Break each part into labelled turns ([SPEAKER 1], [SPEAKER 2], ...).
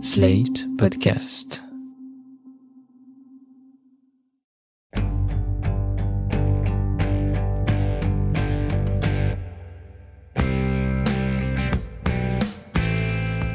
[SPEAKER 1] Slate Podcast.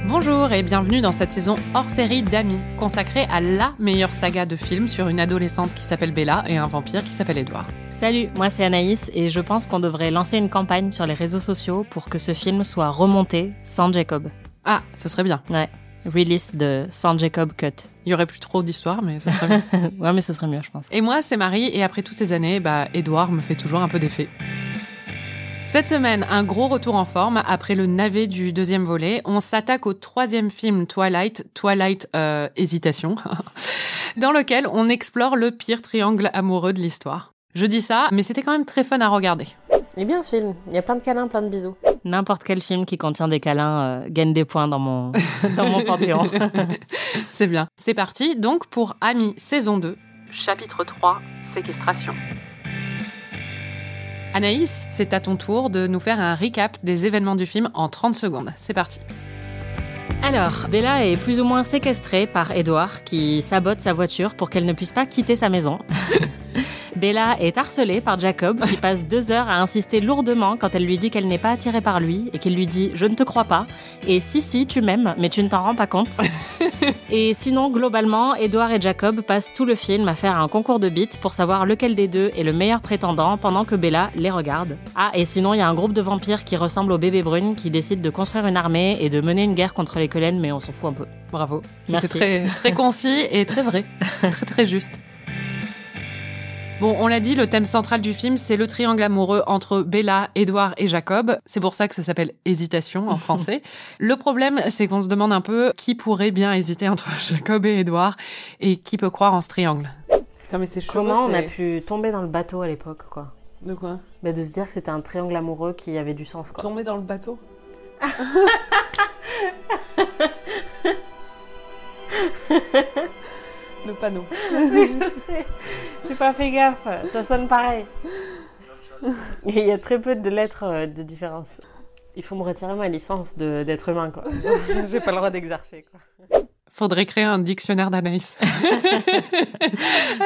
[SPEAKER 2] Bonjour et bienvenue dans cette saison hors série d'Amis, consacrée à la meilleure saga de films sur une adolescente qui s'appelle Bella et un vampire qui s'appelle Edouard.
[SPEAKER 3] Salut, moi c'est Anaïs et je pense qu'on devrait lancer une campagne sur les réseaux sociaux pour que ce film soit remonté sans Jacob.
[SPEAKER 2] Ah, ce serait bien.
[SPEAKER 3] Ouais, release de sans Jacob cut.
[SPEAKER 2] Il y aurait plus trop d'histoires, mais ce serait bien.
[SPEAKER 3] ouais, mais ce serait mieux, je pense.
[SPEAKER 2] Et moi, c'est Marie, et après toutes ces années, bah, Edouard me fait toujours un peu d'effet. Cette semaine, un gros retour en forme après le navet du deuxième volet. On s'attaque au troisième film Twilight, Twilight euh, hésitation, dans lequel on explore le pire triangle amoureux de l'histoire. Je dis ça, mais c'était quand même très fun à regarder.
[SPEAKER 4] Il est bien ce film. Il y a plein de câlins, plein de bisous.
[SPEAKER 3] N'importe quel film qui contient des câlins euh, gagne des points dans mon, dans mon panthéon.
[SPEAKER 2] C'est bien. C'est parti donc pour Ami saison 2, chapitre 3, séquestration. Anaïs, c'est à ton tour de nous faire un recap des événements du film en 30 secondes. C'est parti.
[SPEAKER 3] Alors, Bella est plus ou moins séquestrée par Edouard qui sabote sa voiture pour qu'elle ne puisse pas quitter sa maison. Bella est harcelée par Jacob qui passe deux heures à insister lourdement quand elle lui dit qu'elle n'est pas attirée par lui et qu'il lui dit ⁇ Je ne te crois pas ⁇ et ⁇ Si, si, tu m'aimes, mais tu ne t'en rends pas compte ⁇ Et sinon, globalement, Edouard et Jacob passent tout le film à faire un concours de beats pour savoir lequel des deux est le meilleur prétendant pendant que Bella les regarde. Ah, et sinon, il y a un groupe de vampires qui ressemble aux bébés brunes qui décident de construire une armée et de mener une guerre contre les colènes, mais on s'en fout un peu.
[SPEAKER 2] Bravo. C'était
[SPEAKER 3] Merci.
[SPEAKER 2] très, très concis et très vrai. très, très juste. Bon, on l'a dit, le thème central du film, c'est le triangle amoureux entre Bella, Edouard et Jacob. C'est pour ça que ça s'appelle hésitation en français. le problème, c'est qu'on se demande un peu qui pourrait bien hésiter entre Jacob et Edouard et qui peut croire en ce triangle.
[SPEAKER 4] Putain, mais c'est chaud.
[SPEAKER 5] Comment on a
[SPEAKER 4] c'est-
[SPEAKER 5] pu tomber dans le bateau à l'époque, quoi
[SPEAKER 4] De quoi
[SPEAKER 5] bah, De se dire que c'était un triangle amoureux qui avait du sens, quoi.
[SPEAKER 4] Tomber dans le bateau Le panneau.
[SPEAKER 5] Oui, je sais. J'ai pas fait gaffe. Ça sonne pareil. Et il y a très peu de lettres euh, de différence. Il faut me retirer ma licence de- d'être humain, quoi. J'ai pas le droit d'exercer, quoi.
[SPEAKER 2] Faudrait créer un dictionnaire d'analyse. Avec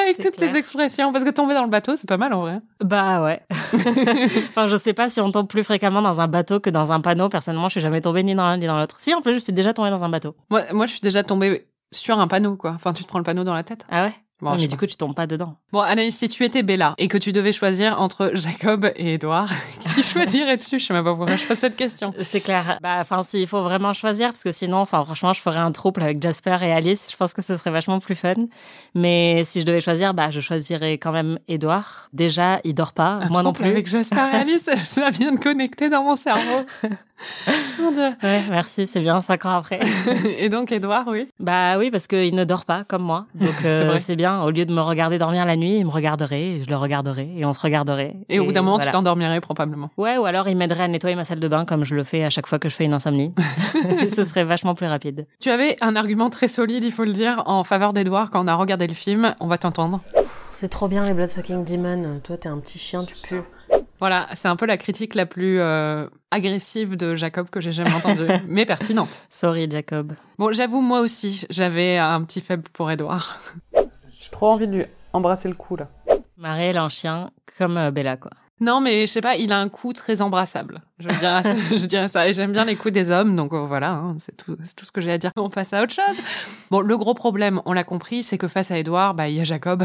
[SPEAKER 3] C'est
[SPEAKER 2] toutes les
[SPEAKER 3] clair.
[SPEAKER 2] expressions. Parce que tomber dans le bateau, c'est pas mal en vrai.
[SPEAKER 3] Bah ouais. enfin, je sais pas si on tombe plus fréquemment dans un bateau que dans un panneau. Personnellement, je suis jamais tombée ni dans l'un ni dans l'autre. Si, en plus, je suis déjà tombée dans un bateau.
[SPEAKER 2] Moi, moi, je suis déjà tombée sur un panneau, quoi. Enfin, tu te prends le panneau dans la tête.
[SPEAKER 3] Ah ouais
[SPEAKER 2] Bon, je
[SPEAKER 3] Ouais, Mais
[SPEAKER 2] sais
[SPEAKER 3] du
[SPEAKER 2] pas.
[SPEAKER 3] coup, tu tombes pas dedans.
[SPEAKER 2] Bon, Anaïs, si tu étais Bella et que tu devais choisir entre Jacob et Edouard, qui choisirais-tu Je sais même pas pourquoi je pose cette question.
[SPEAKER 3] C'est clair. Bah, enfin, s'il faut vraiment choisir, parce que sinon, enfin, franchement, je ferais un trouble avec Jasper et Alice. Je pense que ce serait vachement plus fun. Mais si je devais choisir, bah, je choisirais quand même Edouard. Déjà, il dort pas.
[SPEAKER 2] Un
[SPEAKER 3] moi non
[SPEAKER 2] trouble
[SPEAKER 3] plus.
[SPEAKER 2] Avec Jasper et Alice, ça vient de connecter dans mon cerveau. Mon Dieu.
[SPEAKER 3] Ouais, merci. C'est bien, cinq ans après.
[SPEAKER 2] Et donc, Edouard, oui.
[SPEAKER 3] Bah oui, parce qu'il ne dort pas comme moi. Donc
[SPEAKER 2] C'est
[SPEAKER 3] euh,
[SPEAKER 2] vrai.
[SPEAKER 3] c'est bien. Au lieu de me regarder dormir la nuit, il me regarderait, et je le regarderais, et on se regarderait.
[SPEAKER 2] Et, au bout d'un moment,
[SPEAKER 3] voilà.
[SPEAKER 2] tu t'endormirais probablement.
[SPEAKER 3] Ouais, ou alors il m'aiderait à nettoyer ma salle de bain comme je le fais à chaque fois que je fais une insomnie. Ce serait vachement plus rapide.
[SPEAKER 2] Tu avais un argument très solide, il faut le dire, en faveur d'Edouard quand on a regardé le film. On va t'entendre.
[SPEAKER 5] Pff, C'est trop bien, les Bloodsucking Demon. Toi, t'es un petit chien, tu pues.
[SPEAKER 2] Voilà, c'est un peu la critique la plus euh, agressive de Jacob que j'ai jamais entendue, mais pertinente.
[SPEAKER 3] Sorry, Jacob.
[SPEAKER 2] Bon, j'avoue, moi aussi, j'avais un petit faible pour Edouard.
[SPEAKER 4] J'ai trop envie de lui embrasser le cou là.
[SPEAKER 3] Marie, elle a un chien comme euh, Bella, quoi.
[SPEAKER 2] Non, mais je sais pas, il a un coup très embrassable. Je dirais, ça- je dirais ça. Et j'aime bien les coups des hommes, donc euh, voilà, hein, c'est tout, c'est tout ce que j'ai à dire. On passe à autre chose. Bon, le gros problème, on l'a compris, c'est que face à Edouard, bah, il y a Jacob.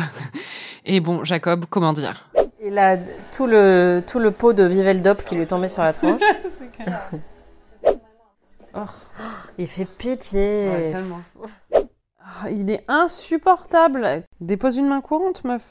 [SPEAKER 2] Et bon, Jacob, comment dire
[SPEAKER 5] Il a tout le, tout le pot de Viveldop qui lui tombait sur la tronche. Oh, il fait pitié.
[SPEAKER 4] Ah, il est insupportable. Dépose une main courante, meuf.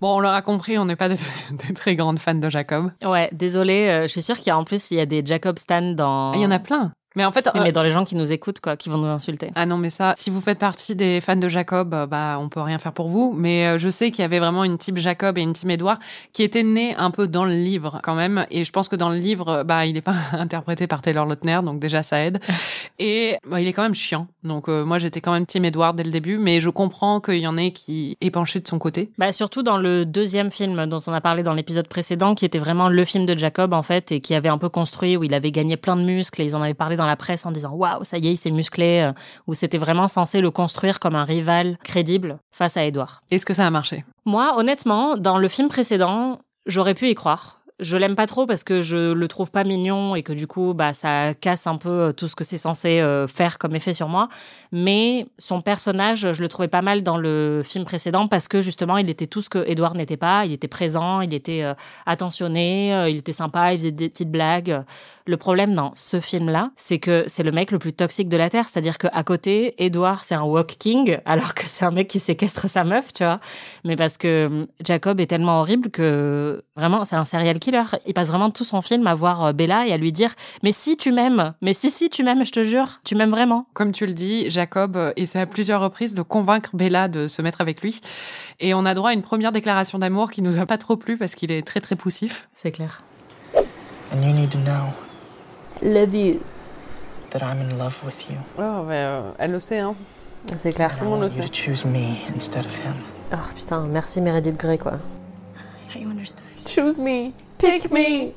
[SPEAKER 2] Bon, on l'aura compris, on n'est pas des, des très grandes fans de Jacob.
[SPEAKER 3] Ouais, désolé. je suis sûre qu'il y a en plus il y a des Jacob Stan dans.
[SPEAKER 2] Ah, Il y en a plein. Mais en fait,
[SPEAKER 3] Oui,
[SPEAKER 2] euh,
[SPEAKER 3] mais dans les gens qui nous écoutent, quoi, qui vont nous insulter.
[SPEAKER 2] Ah non, mais ça, si vous faites partie des fans de Jacob, euh, bah on peut rien faire pour vous. Mais euh, je sais qu'il y avait vraiment une type Jacob et une type Edouard qui étaient nés un peu dans le livre quand même. Et je pense que dans le livre, euh, bah il n'est pas interprété par Taylor Lautner, donc déjà ça aide. Et bah, il est quand même chiant. Donc euh, moi j'étais quand même team Edouard dès le début, mais je comprends qu'il y en ait qui est penché de son côté.
[SPEAKER 3] Bah surtout dans le deuxième film dont on a parlé dans l'épisode précédent, qui était vraiment le film de Jacob en fait, et qui avait un peu construit où il avait gagné plein de muscles, et ils en avaient parlé dans la presse en disant waouh, ça y est, il s'est musclé, euh, ou c'était vraiment censé le construire comme un rival crédible face à Edouard.
[SPEAKER 2] Est-ce que ça a marché
[SPEAKER 3] Moi, honnêtement, dans le film précédent, j'aurais pu y croire. Je l'aime pas trop parce que je le trouve pas mignon et que du coup, bah, ça casse un peu tout ce que c'est censé euh, faire comme effet sur moi. Mais son personnage, je le trouvais pas mal dans le film précédent parce que justement, il était tout ce que Edouard n'était pas. Il était présent, il était euh, attentionné, euh, il était sympa, il faisait des petites blagues. Le problème dans ce film-là, c'est que c'est le mec le plus toxique de la Terre. C'est-à-dire qu'à côté, Edouard, c'est un walk king, alors que c'est un mec qui séquestre sa meuf, tu vois. Mais parce que hum, Jacob est tellement horrible que vraiment, c'est un serial killer. Il passe vraiment tout son film à voir euh, Bella et à lui dire « Mais si, tu m'aimes Mais si, si, tu m'aimes, je te jure Tu m'aimes vraiment !»
[SPEAKER 2] Comme tu le dis, Jacob euh, essaie à plusieurs reprises de convaincre Bella de se mettre avec lui. Et on a droit à une première déclaration d'amour qui nous a pas trop plu parce qu'il est très très poussif.
[SPEAKER 3] C'est clair.
[SPEAKER 6] And you need to know
[SPEAKER 4] Love you.
[SPEAKER 6] that I'm in love with you.
[SPEAKER 4] Oh, mais euh, elle le sait, hein.
[SPEAKER 5] C'est clair.
[SPEAKER 4] Tout
[SPEAKER 6] And
[SPEAKER 4] le
[SPEAKER 6] I
[SPEAKER 4] monde le
[SPEAKER 6] want you to
[SPEAKER 4] sait.
[SPEAKER 6] choose me instead of him.
[SPEAKER 5] Oh putain, merci Meredith Grey quoi.
[SPEAKER 7] I thought you understood.
[SPEAKER 4] Choose me. Pick me.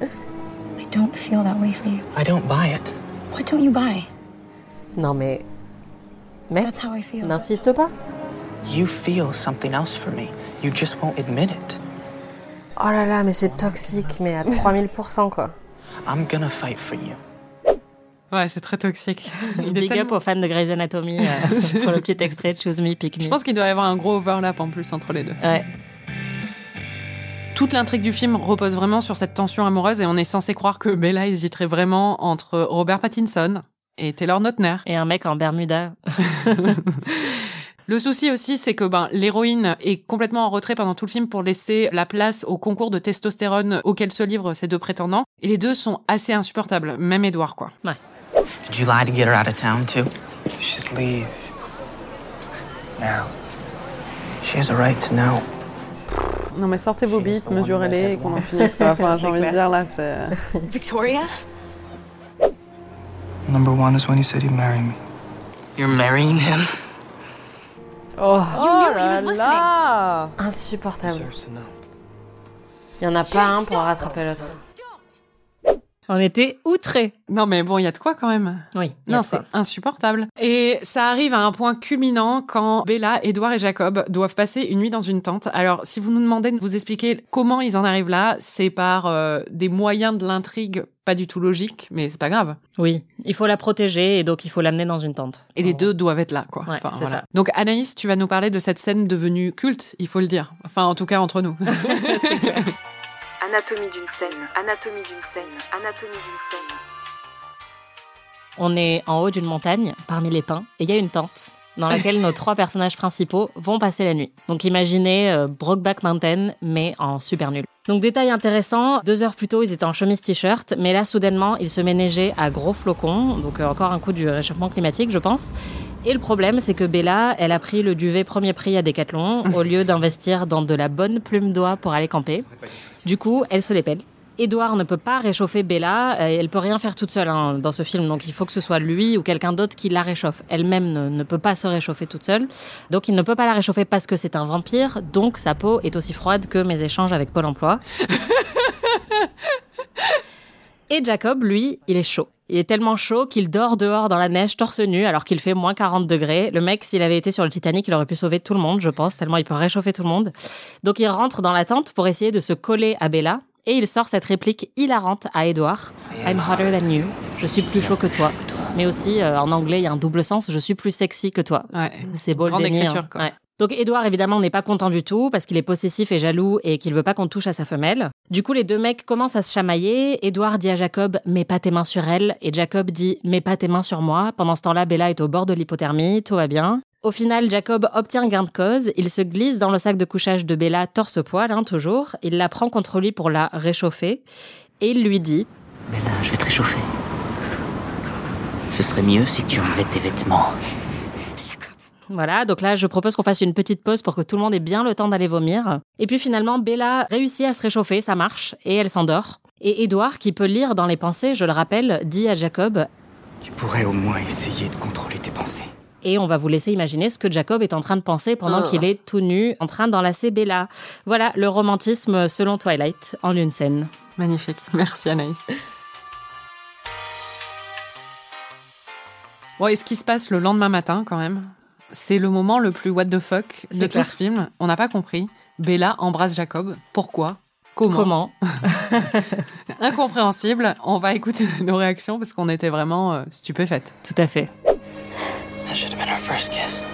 [SPEAKER 7] I don't feel that way for you.
[SPEAKER 6] I don't buy it.
[SPEAKER 7] What don't you buy?
[SPEAKER 5] Non mais
[SPEAKER 7] That's how I feel.
[SPEAKER 5] n'insiste pas.
[SPEAKER 6] You feel something else for me. You just won't admit it.
[SPEAKER 5] Oh là là, mais c'est toxique, mais à 3000% quoi.
[SPEAKER 6] I'm gonna fight for you.
[SPEAKER 2] Ouais, c'est très toxique. Il est
[SPEAKER 3] Big up
[SPEAKER 2] tellement-
[SPEAKER 3] aux fans de Grey's Anatomy euh, pour le petit extrait de Choose Me, Pick Me.
[SPEAKER 2] Je pense qu'il doit y avoir un gros overlap en plus entre les deux.
[SPEAKER 3] Ouais.
[SPEAKER 2] Toute l'intrigue du film repose vraiment sur cette tension amoureuse et on est censé croire que Bella hésiterait vraiment entre Robert Pattinson et Taylor Notner.
[SPEAKER 3] Et un mec en Bermuda.
[SPEAKER 2] Le souci aussi, c'est que ben, l'héroïne est complètement en retrait pendant tout le film pour laisser la place au concours de testostérone auquel se livrent ces deux prétendants. Et les deux sont assez insupportables, même Edouard, quoi.
[SPEAKER 6] Did you lie to get her out of town too?
[SPEAKER 8] You should leave. Now.
[SPEAKER 6] She has a right to know.
[SPEAKER 4] Non, mais sortez vos bites,
[SPEAKER 8] the one
[SPEAKER 4] mesurez-les
[SPEAKER 8] that
[SPEAKER 4] et qu'on en
[SPEAKER 8] wants.
[SPEAKER 4] finisse pas. Enfin, j'ai
[SPEAKER 5] C'est
[SPEAKER 4] envie de
[SPEAKER 5] clair.
[SPEAKER 4] dire, là, c'est.
[SPEAKER 7] Victoria?
[SPEAKER 8] Number one is when you said you'd marry me.
[SPEAKER 6] You're marrying him?
[SPEAKER 5] Oh,
[SPEAKER 4] Oh
[SPEAKER 7] he was
[SPEAKER 4] là
[SPEAKER 7] listening.
[SPEAKER 4] là
[SPEAKER 5] insupportable.
[SPEAKER 8] Deserves to know.
[SPEAKER 5] Il y en a pas un pour rattraper l'autre.
[SPEAKER 3] On était outrés.
[SPEAKER 2] Non, mais bon, il y a de quoi quand même.
[SPEAKER 3] Oui. il y a
[SPEAKER 2] Non,
[SPEAKER 3] de ça.
[SPEAKER 2] c'est insupportable. Et ça arrive à un point culminant quand Bella, Edouard et Jacob doivent passer une nuit dans une tente. Alors, si vous nous demandez de vous expliquer comment ils en arrivent là, c'est par euh, des moyens de l'intrigue pas du tout logiques, mais c'est pas grave.
[SPEAKER 3] Oui, il faut la protéger et donc il faut l'amener dans une tente.
[SPEAKER 2] Et les
[SPEAKER 3] Oh.
[SPEAKER 2] deux doivent être là, quoi.
[SPEAKER 3] Ouais, c'est ça.
[SPEAKER 2] Donc, Anaïs, tu vas nous parler de cette scène devenue culte, il faut le dire. Enfin, en tout cas, entre nous.
[SPEAKER 9] Anatomie d'une scène, anatomie d'une scène, anatomie d'une scène.
[SPEAKER 3] On est en haut d'une montagne, parmi les pins, et il y a une tente dans laquelle nos trois personnages principaux vont passer la nuit. Donc imaginez euh, Brokeback Mountain, mais en super nul. Donc détail intéressant, deux heures plus tôt, ils étaient en chemise t-shirt, mais là, soudainement, il se met neiger à gros flocons, donc euh, encore un coup du réchauffement climatique, je pense. Et le problème, c'est que Bella, elle a pris le duvet premier prix à Decathlon au lieu d'investir dans de la bonne plume d'oie pour aller camper. Du coup, elle se l'épelle. Édouard ne peut pas réchauffer Bella, euh, elle peut rien faire toute seule hein, dans ce film, donc il faut que ce soit lui ou quelqu'un d'autre qui la réchauffe. Elle-même ne, ne peut pas se réchauffer toute seule, donc il ne peut pas la réchauffer parce que c'est un vampire, donc sa peau est aussi froide que mes échanges avec Pôle Emploi. Et Jacob, lui, il est chaud. Il est tellement chaud qu'il dort dehors dans la neige torse nu alors qu'il fait moins 40 degrés. Le mec, s'il avait été sur le Titanic, il aurait pu sauver tout le monde, je pense, tellement il peut réchauffer tout le monde. Donc il rentre dans la tente pour essayer de se coller à Bella et il sort cette réplique hilarante à Edward. I'm hotter than you. Je suis plus chaud que toi. Mais aussi, euh, en anglais, il y a un double sens. Je suis plus sexy que toi.
[SPEAKER 2] Ouais.
[SPEAKER 3] C'est beau
[SPEAKER 2] Grande
[SPEAKER 3] le déni,
[SPEAKER 2] écriture,
[SPEAKER 3] hein.
[SPEAKER 2] quoi.
[SPEAKER 3] Ouais. Donc Edouard évidemment n'est pas content du tout parce qu'il est possessif et jaloux et qu'il veut pas qu'on touche à sa femelle. Du coup les deux mecs commencent à se chamailler. Edouard dit à Jacob mets pas tes mains sur elle et Jacob dit mets pas tes mains sur moi. Pendant ce temps-là Bella est au bord de l'hypothermie, tout va bien. Au final Jacob obtient gain de cause. Il se glisse dans le sac de couchage de Bella torse poil hein, toujours. Il la prend contre lui pour la réchauffer et il lui dit
[SPEAKER 10] Bella, je vais te réchauffer. Ce serait mieux si tu enlevais tes vêtements.
[SPEAKER 3] Voilà, donc là, je propose qu'on fasse une petite pause pour que tout le monde ait bien le temps d'aller vomir. Et puis finalement, Bella réussit à se réchauffer, ça marche, et elle s'endort. Et Édouard, qui peut lire dans les pensées, je le rappelle, dit à Jacob,
[SPEAKER 10] Tu pourrais au moins essayer de contrôler tes pensées.
[SPEAKER 3] et on va vous laisser imaginer ce que Jacob est en train de penser pendant qu'il est tout nu, en train d'enlacer Bella. Voilà, le romantisme selon Twilight, en une scène.
[SPEAKER 2] Magnifique. Merci, Anaïs. Bon, et ce qui se passe le lendemain matin, quand même, c'est le moment le plus what the fuck de
[SPEAKER 3] C'est
[SPEAKER 2] tout
[SPEAKER 3] clair.
[SPEAKER 2] ce film. On n'a pas compris. Bella embrasse Jacob. Pourquoi Comment,
[SPEAKER 3] Comment
[SPEAKER 2] Incompréhensible. On va écouter nos réactions parce qu'on était vraiment euh, stupéfaites.
[SPEAKER 3] Tout à fait.
[SPEAKER 6] That should have been our first kiss.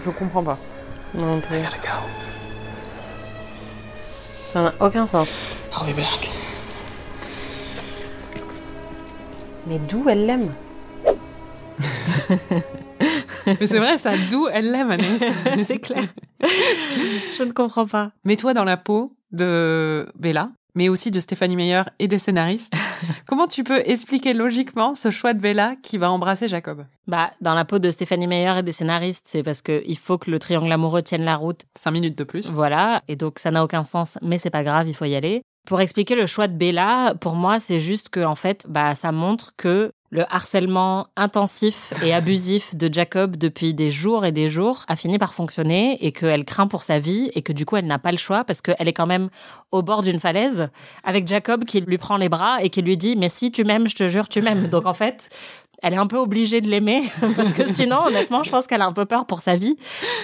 [SPEAKER 4] Je comprends pas.
[SPEAKER 5] Non plus.
[SPEAKER 6] I gotta go.
[SPEAKER 5] Ça n'a aucun sens.
[SPEAKER 6] I'll be back.
[SPEAKER 5] Mais d'où elle l'aime
[SPEAKER 2] Mais c'est vrai, ça, d'où elle l'aime, Anaïs
[SPEAKER 3] C'est clair. Je ne comprends pas.
[SPEAKER 2] Mets-toi dans la peau de Bella, mais aussi de Stéphanie Meyer et des scénaristes. Comment tu peux expliquer logiquement ce choix de Bella qui va embrasser Jacob
[SPEAKER 3] Bah, dans la peau de Stéphanie Meyer et des scénaristes, c'est parce que il faut que le triangle amoureux tienne la route.
[SPEAKER 2] Cinq minutes de plus.
[SPEAKER 3] Voilà. Et donc, ça n'a aucun sens, mais c'est pas grave, il faut y aller. Pour expliquer le choix de Bella, pour moi, c'est juste que, en fait, bah, ça montre que le harcèlement intensif et abusif de Jacob depuis des jours et des jours a fini par fonctionner et qu'elle craint pour sa vie et que du coup elle n'a pas le choix parce qu'elle est quand même au bord d'une falaise avec Jacob qui lui prend les bras et qui lui dit mais si tu m'aimes je te jure tu m'aimes donc en fait elle est un peu obligée de l'aimer parce que sinon honnêtement je pense qu'elle a un peu peur pour sa vie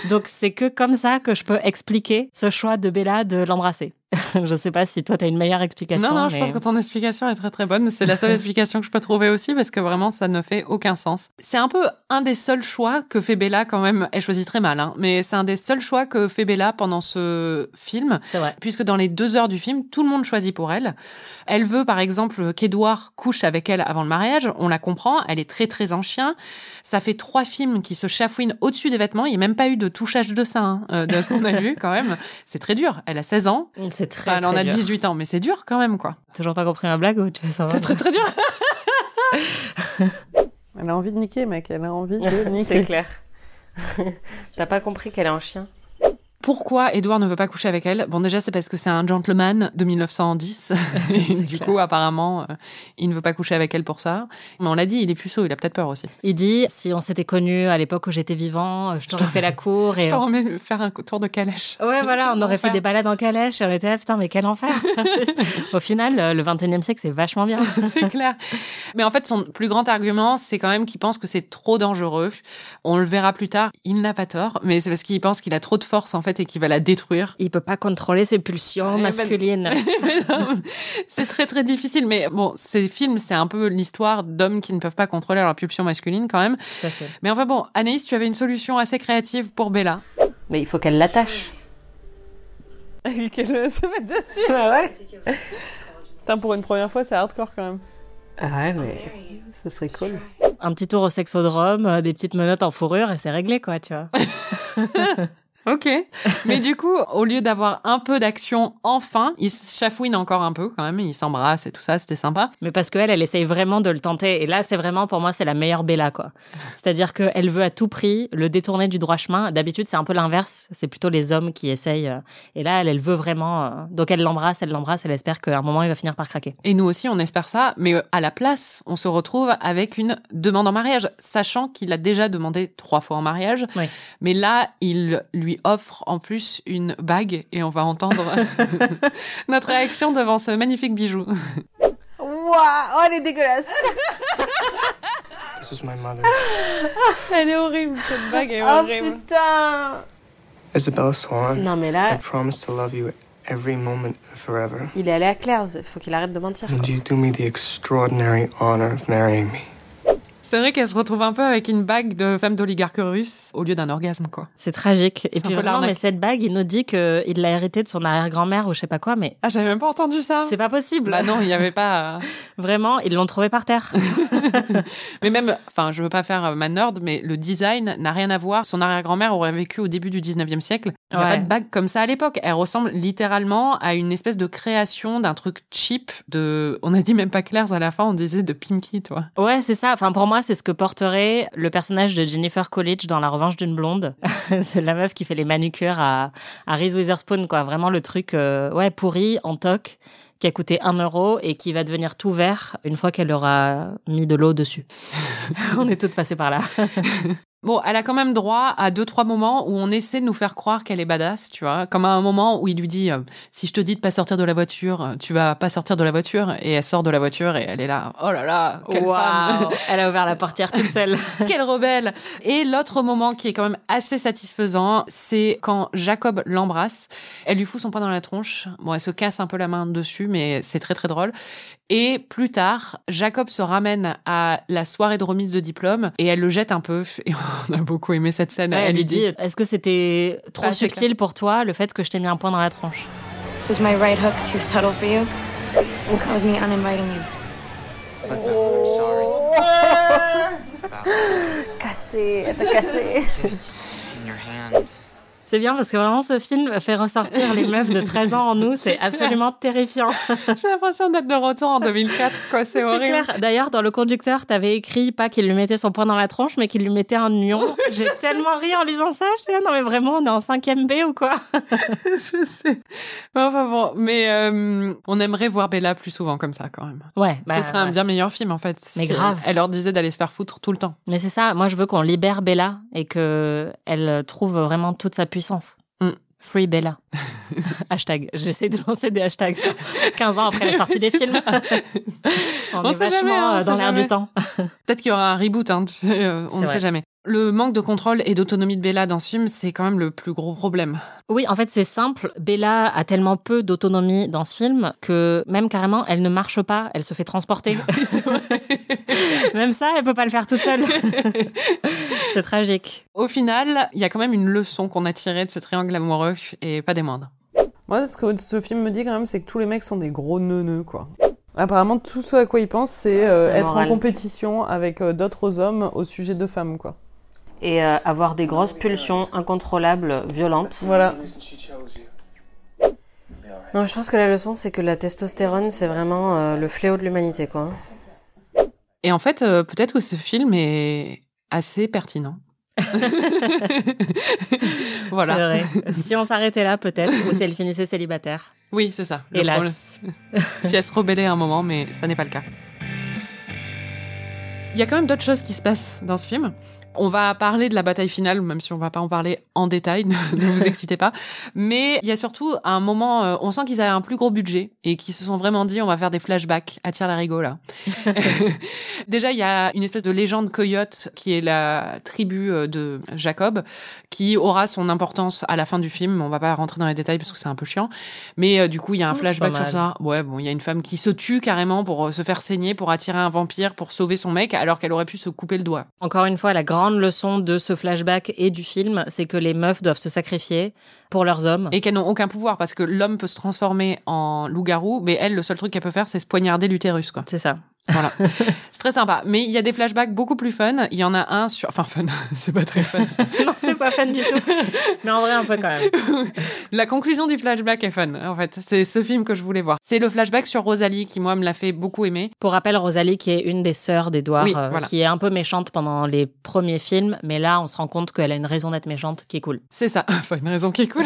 [SPEAKER 3] donc c'est que comme ça que je peux expliquer ce choix de Bella de l'embrasser je sais pas si toi t'as une meilleure explication
[SPEAKER 2] Non, non, je
[SPEAKER 3] mais-
[SPEAKER 2] pense que ton explication est très très bonne. C'est la seule explication que je peux trouver aussi parce que vraiment ça ne fait aucun sens. C'est un peu un des seuls choix que fait Bella quand même. Elle choisit très mal, hein, mais c'est un des seuls choix que fait Bella pendant ce film.
[SPEAKER 3] c'est vrai
[SPEAKER 2] puisque dans les deux heures du film, tout le monde choisit pour elle. Elle veut, par exemple, qu'Edouard couche avec elle avant le mariage. On la comprend. Elle est très, très en chien. Ça fait trois films qui se chafouinent au-dessus des vêtements. Il n'y a même pas eu de touchage de sein, hein, euh, de ce qu'on a vu, quand même. C'est très dur. Elle a 16 ans.
[SPEAKER 3] Mm, c'est très,
[SPEAKER 2] Enfin, elle en
[SPEAKER 3] très
[SPEAKER 2] a
[SPEAKER 3] dur.
[SPEAKER 2] 18 ans, mais c'est dur, quand même, quoi.
[SPEAKER 3] Toujours pas compris ma blague ou tu veux savoir
[SPEAKER 2] C'est très, très dur.
[SPEAKER 4] Elle a envie de niquer, mec. Elle a envie de
[SPEAKER 5] C'est
[SPEAKER 4] niquer.
[SPEAKER 5] clair. T'as pas compris qu'elle est un chien
[SPEAKER 2] Pourquoi Edouard ne veut pas coucher avec elle Bon, déjà, c'est parce que c'est un gentleman de 1910. Et du
[SPEAKER 3] clair.
[SPEAKER 2] coup, apparemment, euh, il ne veut pas coucher avec elle pour ça. Mais on l'a dit, il est puceau, il a peut-être peur aussi.
[SPEAKER 3] Il dit si on s'était connus à l'époque où j'étais vivant, euh, je t'aurais fait la cour
[SPEAKER 2] Je
[SPEAKER 3] et oh.
[SPEAKER 2] peux remets faire un tour de calèche.
[SPEAKER 3] Ouais, voilà, on aurait fait des balades en calèche et on était là, putain, mais quel enfer Au final, euh, le 21e siècle, c'est vachement bien.
[SPEAKER 2] c'est clair. Mais en fait, son plus grand argument, c'est quand même qu'il pense que c'est trop dangereux. On le verra plus tard. Il n'a pas tort, mais c'est parce qu'il pense qu'il a trop de force, en fait, et qu'il va la détruire.
[SPEAKER 3] Il peut pas contrôler ses pulsions
[SPEAKER 2] Eh ben-
[SPEAKER 3] masculines.
[SPEAKER 2] c'est très, très difficile. Mais bon, ces films, c'est un peu l'histoire d'hommes qui ne peuvent pas contrôler leur pulsion masculine, quand même.
[SPEAKER 3] Tout à fait.
[SPEAKER 2] Mais enfin bon, Anaïs, tu avais une solution assez créative pour Bella.
[SPEAKER 5] Mais il faut qu'elle l'attache.
[SPEAKER 4] Qu'elle se mette dessus.
[SPEAKER 5] Ah ouais
[SPEAKER 4] Putain, pour une première fois, c'est hardcore quand même.
[SPEAKER 5] Ah ouais, mais ce serait cool.
[SPEAKER 3] Un petit tour au sexodrome, euh, des petites menottes en fourrure et c'est réglé, quoi, tu vois.
[SPEAKER 2] Ok. Mais du coup, au lieu d'avoir un peu d'action, enfin, ils se chafouinent encore un peu, quand même. Ils s'embrassent et tout ça. C'était sympa.
[SPEAKER 3] Mais parce qu'elle, elle essaye vraiment de le tenter. Et là, c'est vraiment, pour moi, c'est la meilleure Bella, quoi. C'est-à-dire qu'elle veut à tout prix le détourner du droit chemin. D'habitude, c'est un peu l'inverse. C'est plutôt les hommes qui essayent. euh, Et là, elle, elle veut vraiment. euh, Donc, elle l'embrasse, elle l'embrasse, elle espère qu'à un moment, il va finir par craquer.
[SPEAKER 2] Et nous aussi, on espère ça, mais euh, à la place, on se retrouve avec une demande en mariage, sachant qu'il a déjà demandé trois fois en mariage.
[SPEAKER 3] Ouais.
[SPEAKER 2] Mais là, il lui offre en plus une bague, et on va entendre notre réaction devant ce magnifique bijou.
[SPEAKER 5] Waouh Oh, elle est dégueulasse
[SPEAKER 8] This was my mother.
[SPEAKER 4] Elle est horrible, cette bague est
[SPEAKER 5] Oh
[SPEAKER 4] horrible.
[SPEAKER 5] putain
[SPEAKER 8] Isabella Swan.
[SPEAKER 5] Non mais
[SPEAKER 8] I
[SPEAKER 5] là,
[SPEAKER 8] promise to love you every moment of forever.
[SPEAKER 5] il est allé à Claire's. Faut qu'il arrête de mentir.
[SPEAKER 8] And you do me the extraordinary honor of marrying me.
[SPEAKER 2] C'est vrai qu'elle se retrouve un peu avec une bague de femme d'oligarque russe au lieu d'un orgasme, quoi.
[SPEAKER 3] C'est tragique. Et
[SPEAKER 2] C'est
[SPEAKER 3] puis
[SPEAKER 2] un peu
[SPEAKER 3] vraiment,
[SPEAKER 2] l'arnaque.
[SPEAKER 3] mais cette bague, il nous dit qu'il l'a héritée de son arrière-grand-mère ou je sais pas quoi, mais
[SPEAKER 2] Ah, j'avais même pas entendu ça.
[SPEAKER 3] c'est pas possible.
[SPEAKER 2] Bah non, il n'y avait pas. euh,
[SPEAKER 3] Vraiment, ils l'ont trouvée par terre.
[SPEAKER 2] Mais même, enfin, je veux pas faire euh, ma nerd, mais le design n'a rien à voir. Son arrière-grand-mère aurait vécu au début du 19e siècle. Il n'y a
[SPEAKER 3] Ouais.
[SPEAKER 2] pas de bague comme ça à l'époque. Elle ressemble littéralement à une espèce de création d'un truc cheap de, on a dit même pas Claire's à la fin, on disait de Pinky, toi.
[SPEAKER 3] ouais, c'est ça. Enfin, pour moi, c'est ce que porterait le personnage de Jennifer Coolidge dans La Revanche d'une blonde. c'est la meuf qui fait les manucures à, à Reese Witherspoon, quoi. Vraiment le truc, euh, ouais, pourri, en toc, qui a coûté un euro et qui va devenir tout vert une fois qu'elle aura mis de l'eau dessus. On est toutes passées par là.
[SPEAKER 2] Bon, elle a quand même droit à deux trois moments où on essaie de nous faire croire qu'elle est badass, tu vois, comme à un moment où il lui dit euh, si je te dis de pas sortir de la voiture, euh, tu vas pas sortir de la voiture et elle sort de la voiture et elle est là. Oh là là, quelle
[SPEAKER 3] Waouh,
[SPEAKER 2] femme.
[SPEAKER 3] Elle a ouvert la portière toute seule.
[SPEAKER 2] Quelle rebelle Et l'autre moment qui est quand même assez satisfaisant, c'est quand Jacob l'embrasse. Elle lui fout son poing dans la tronche. Bon, elle se casse un peu la main dessus, mais c'est très très drôle. Et plus tard, Jacob se ramène à la soirée de remise de diplôme et elle le jette un peu. Et on a beaucoup aimé cette scène.
[SPEAKER 3] Ouais, elle lui dit Est-ce que c'était trop
[SPEAKER 2] Ah, c'est
[SPEAKER 3] subtil pour toi le fait que je t'ai mis un point dans la tronche
[SPEAKER 7] Was my right hook too subtle for you? That was me uninviting you.
[SPEAKER 10] Oh.
[SPEAKER 5] Cassé, elle t'a cassé.
[SPEAKER 10] In your hand.
[SPEAKER 3] C'est bien parce que vraiment ce film fait ressortir les meufs de 13 ans en nous, c'est absolument terrifiant.
[SPEAKER 2] J'ai l'impression d'être de retour en 2004, quoi, c'est
[SPEAKER 3] C'est
[SPEAKER 2] horrible.
[SPEAKER 3] clair. D'ailleurs, dans le conducteur, t'avais écrit pas qu'il lui mettait son poing dans la tronche, mais qu'il lui mettait un lion. J'ai tellement ri en lisant ça. Je suis là, non mais vraiment, on est en 5ème B ou quoi
[SPEAKER 2] Je sais. Mais Enfin bon, mais euh, on aimerait voir Bella plus souvent comme ça quand même.
[SPEAKER 3] Ouais. bah,
[SPEAKER 2] Ce serait un
[SPEAKER 3] ouais.
[SPEAKER 2] bien meilleur film en fait.
[SPEAKER 3] Mais
[SPEAKER 2] Si
[SPEAKER 3] grave.
[SPEAKER 2] Elle leur disait d'aller se faire foutre tout le temps.
[SPEAKER 3] Mais c'est ça. Moi, je veux qu'on libère Bella et que elle trouve vraiment toute sa puissance.
[SPEAKER 2] Mm.
[SPEAKER 3] Free Bella. Hashtag. J'essaie de lancer des hashtags 15 ans après la sortie des
[SPEAKER 2] C'est
[SPEAKER 3] films.
[SPEAKER 2] ça.
[SPEAKER 3] on,
[SPEAKER 2] On
[SPEAKER 3] est
[SPEAKER 2] sait
[SPEAKER 3] vachement
[SPEAKER 2] jamais, hein, on
[SPEAKER 3] euh,
[SPEAKER 2] sait
[SPEAKER 3] dans l'air du
[SPEAKER 2] jamais.
[SPEAKER 3] temps.
[SPEAKER 2] Peut-être qu'il y aura un reboot, hein, tu sais, euh,
[SPEAKER 3] C'est
[SPEAKER 2] on ne
[SPEAKER 3] vrai.
[SPEAKER 2] sait jamais. Le manque de contrôle et d'autonomie de Bella dans ce film, c'est quand même le plus gros problème.
[SPEAKER 3] Oui, en fait, c'est simple. Bella a tellement peu d'autonomie dans ce film que même carrément, elle ne marche pas. Elle se fait transporter. même ça, elle peut pas le faire toute seule. c'est tragique.
[SPEAKER 2] Au final, il y a quand même une leçon qu'on a tirée de ce triangle amoureux et pas des moindres.
[SPEAKER 4] Moi, ce que ce film me dit quand même, c'est que tous les mecs sont des gros neuneux, quoi. Apparemment, tout ce à quoi ils pensent, c'est euh,
[SPEAKER 5] La
[SPEAKER 4] être
[SPEAKER 5] morale.
[SPEAKER 4] en compétition avec euh, d'autres hommes au sujet de femmes, quoi.
[SPEAKER 5] Et euh, avoir des grosses pulsions incontrôlables, violentes.
[SPEAKER 4] Voilà.
[SPEAKER 5] Non, je pense que la leçon, c'est que la testostérone, c'est vraiment euh, le fléau de l'humanité, quoi.
[SPEAKER 2] Et en fait, euh, peut-être que ce film est assez pertinent.
[SPEAKER 3] C'est
[SPEAKER 2] voilà.
[SPEAKER 3] vrai. Si on s'arrêtait là, peut-être, ou si elle finissait célibataire.
[SPEAKER 2] Oui, c'est ça. le problème.
[SPEAKER 3] Hélas.
[SPEAKER 2] si elle se rebellait à un moment, mais ça n'est pas le cas. Il y a quand même d'autres choses qui se passent dans ce film. On va parler de la bataille finale, même si on va pas en parler en détail, ne ne vous excitez pas. Mais il y a surtout un moment, euh, on sent qu'ils avaient un plus gros budget et qu'ils se sont vraiment dit, on va faire des flashbacks à tire larigot là. Déjà, il y a une espèce de légende coyote qui est la tribu euh, de Jacob, qui aura son importance à la fin du film. On va pas rentrer dans les détails parce que c'est un peu chiant. Mais euh, du coup, il y a un
[SPEAKER 3] Oh, c'est
[SPEAKER 2] flashback
[SPEAKER 3] pas
[SPEAKER 2] sur
[SPEAKER 3] mal.
[SPEAKER 2] ça. Ouais, bon, il y a une femme qui se tue carrément pour euh, se faire saigner, pour attirer un vampire, pour sauver son mec, alors qu'elle aurait pu se couper le doigt.
[SPEAKER 3] Encore une fois, la grande leçon de ce flashback et du film, c'est que les meufs doivent se sacrifier pour leurs hommes.
[SPEAKER 2] Et qu'elles n'ont aucun pouvoir parce que l'homme peut se transformer en loup-garou, mais elle, le seul truc qu'elle peut faire, c'est se poignarder l'utérus, quoi.
[SPEAKER 3] C'est ça.
[SPEAKER 2] Voilà. c'est très sympa. Mais il y a des flashbacks beaucoup plus fun. Il y en a un sur, enfin, fun. c'est pas très fun.
[SPEAKER 3] non, c'est pas fan du tout. Mais en vrai, un peu quand même.
[SPEAKER 2] La conclusion du flashback est fun, en fait. C'est ce film que je voulais voir. C'est le flashback sur Rosalie qui, moi, me l'a fait beaucoup aimer.
[SPEAKER 3] Pour rappel, Rosalie, qui est une des sœurs d'Edouard,
[SPEAKER 2] Oui,
[SPEAKER 3] euh,
[SPEAKER 2] voilà.
[SPEAKER 3] qui est un peu méchante pendant les premiers films, mais là, on se rend compte qu'elle a une raison d'être méchante qui est cool.
[SPEAKER 2] C'est ça. Enfin, une raison qui est cool.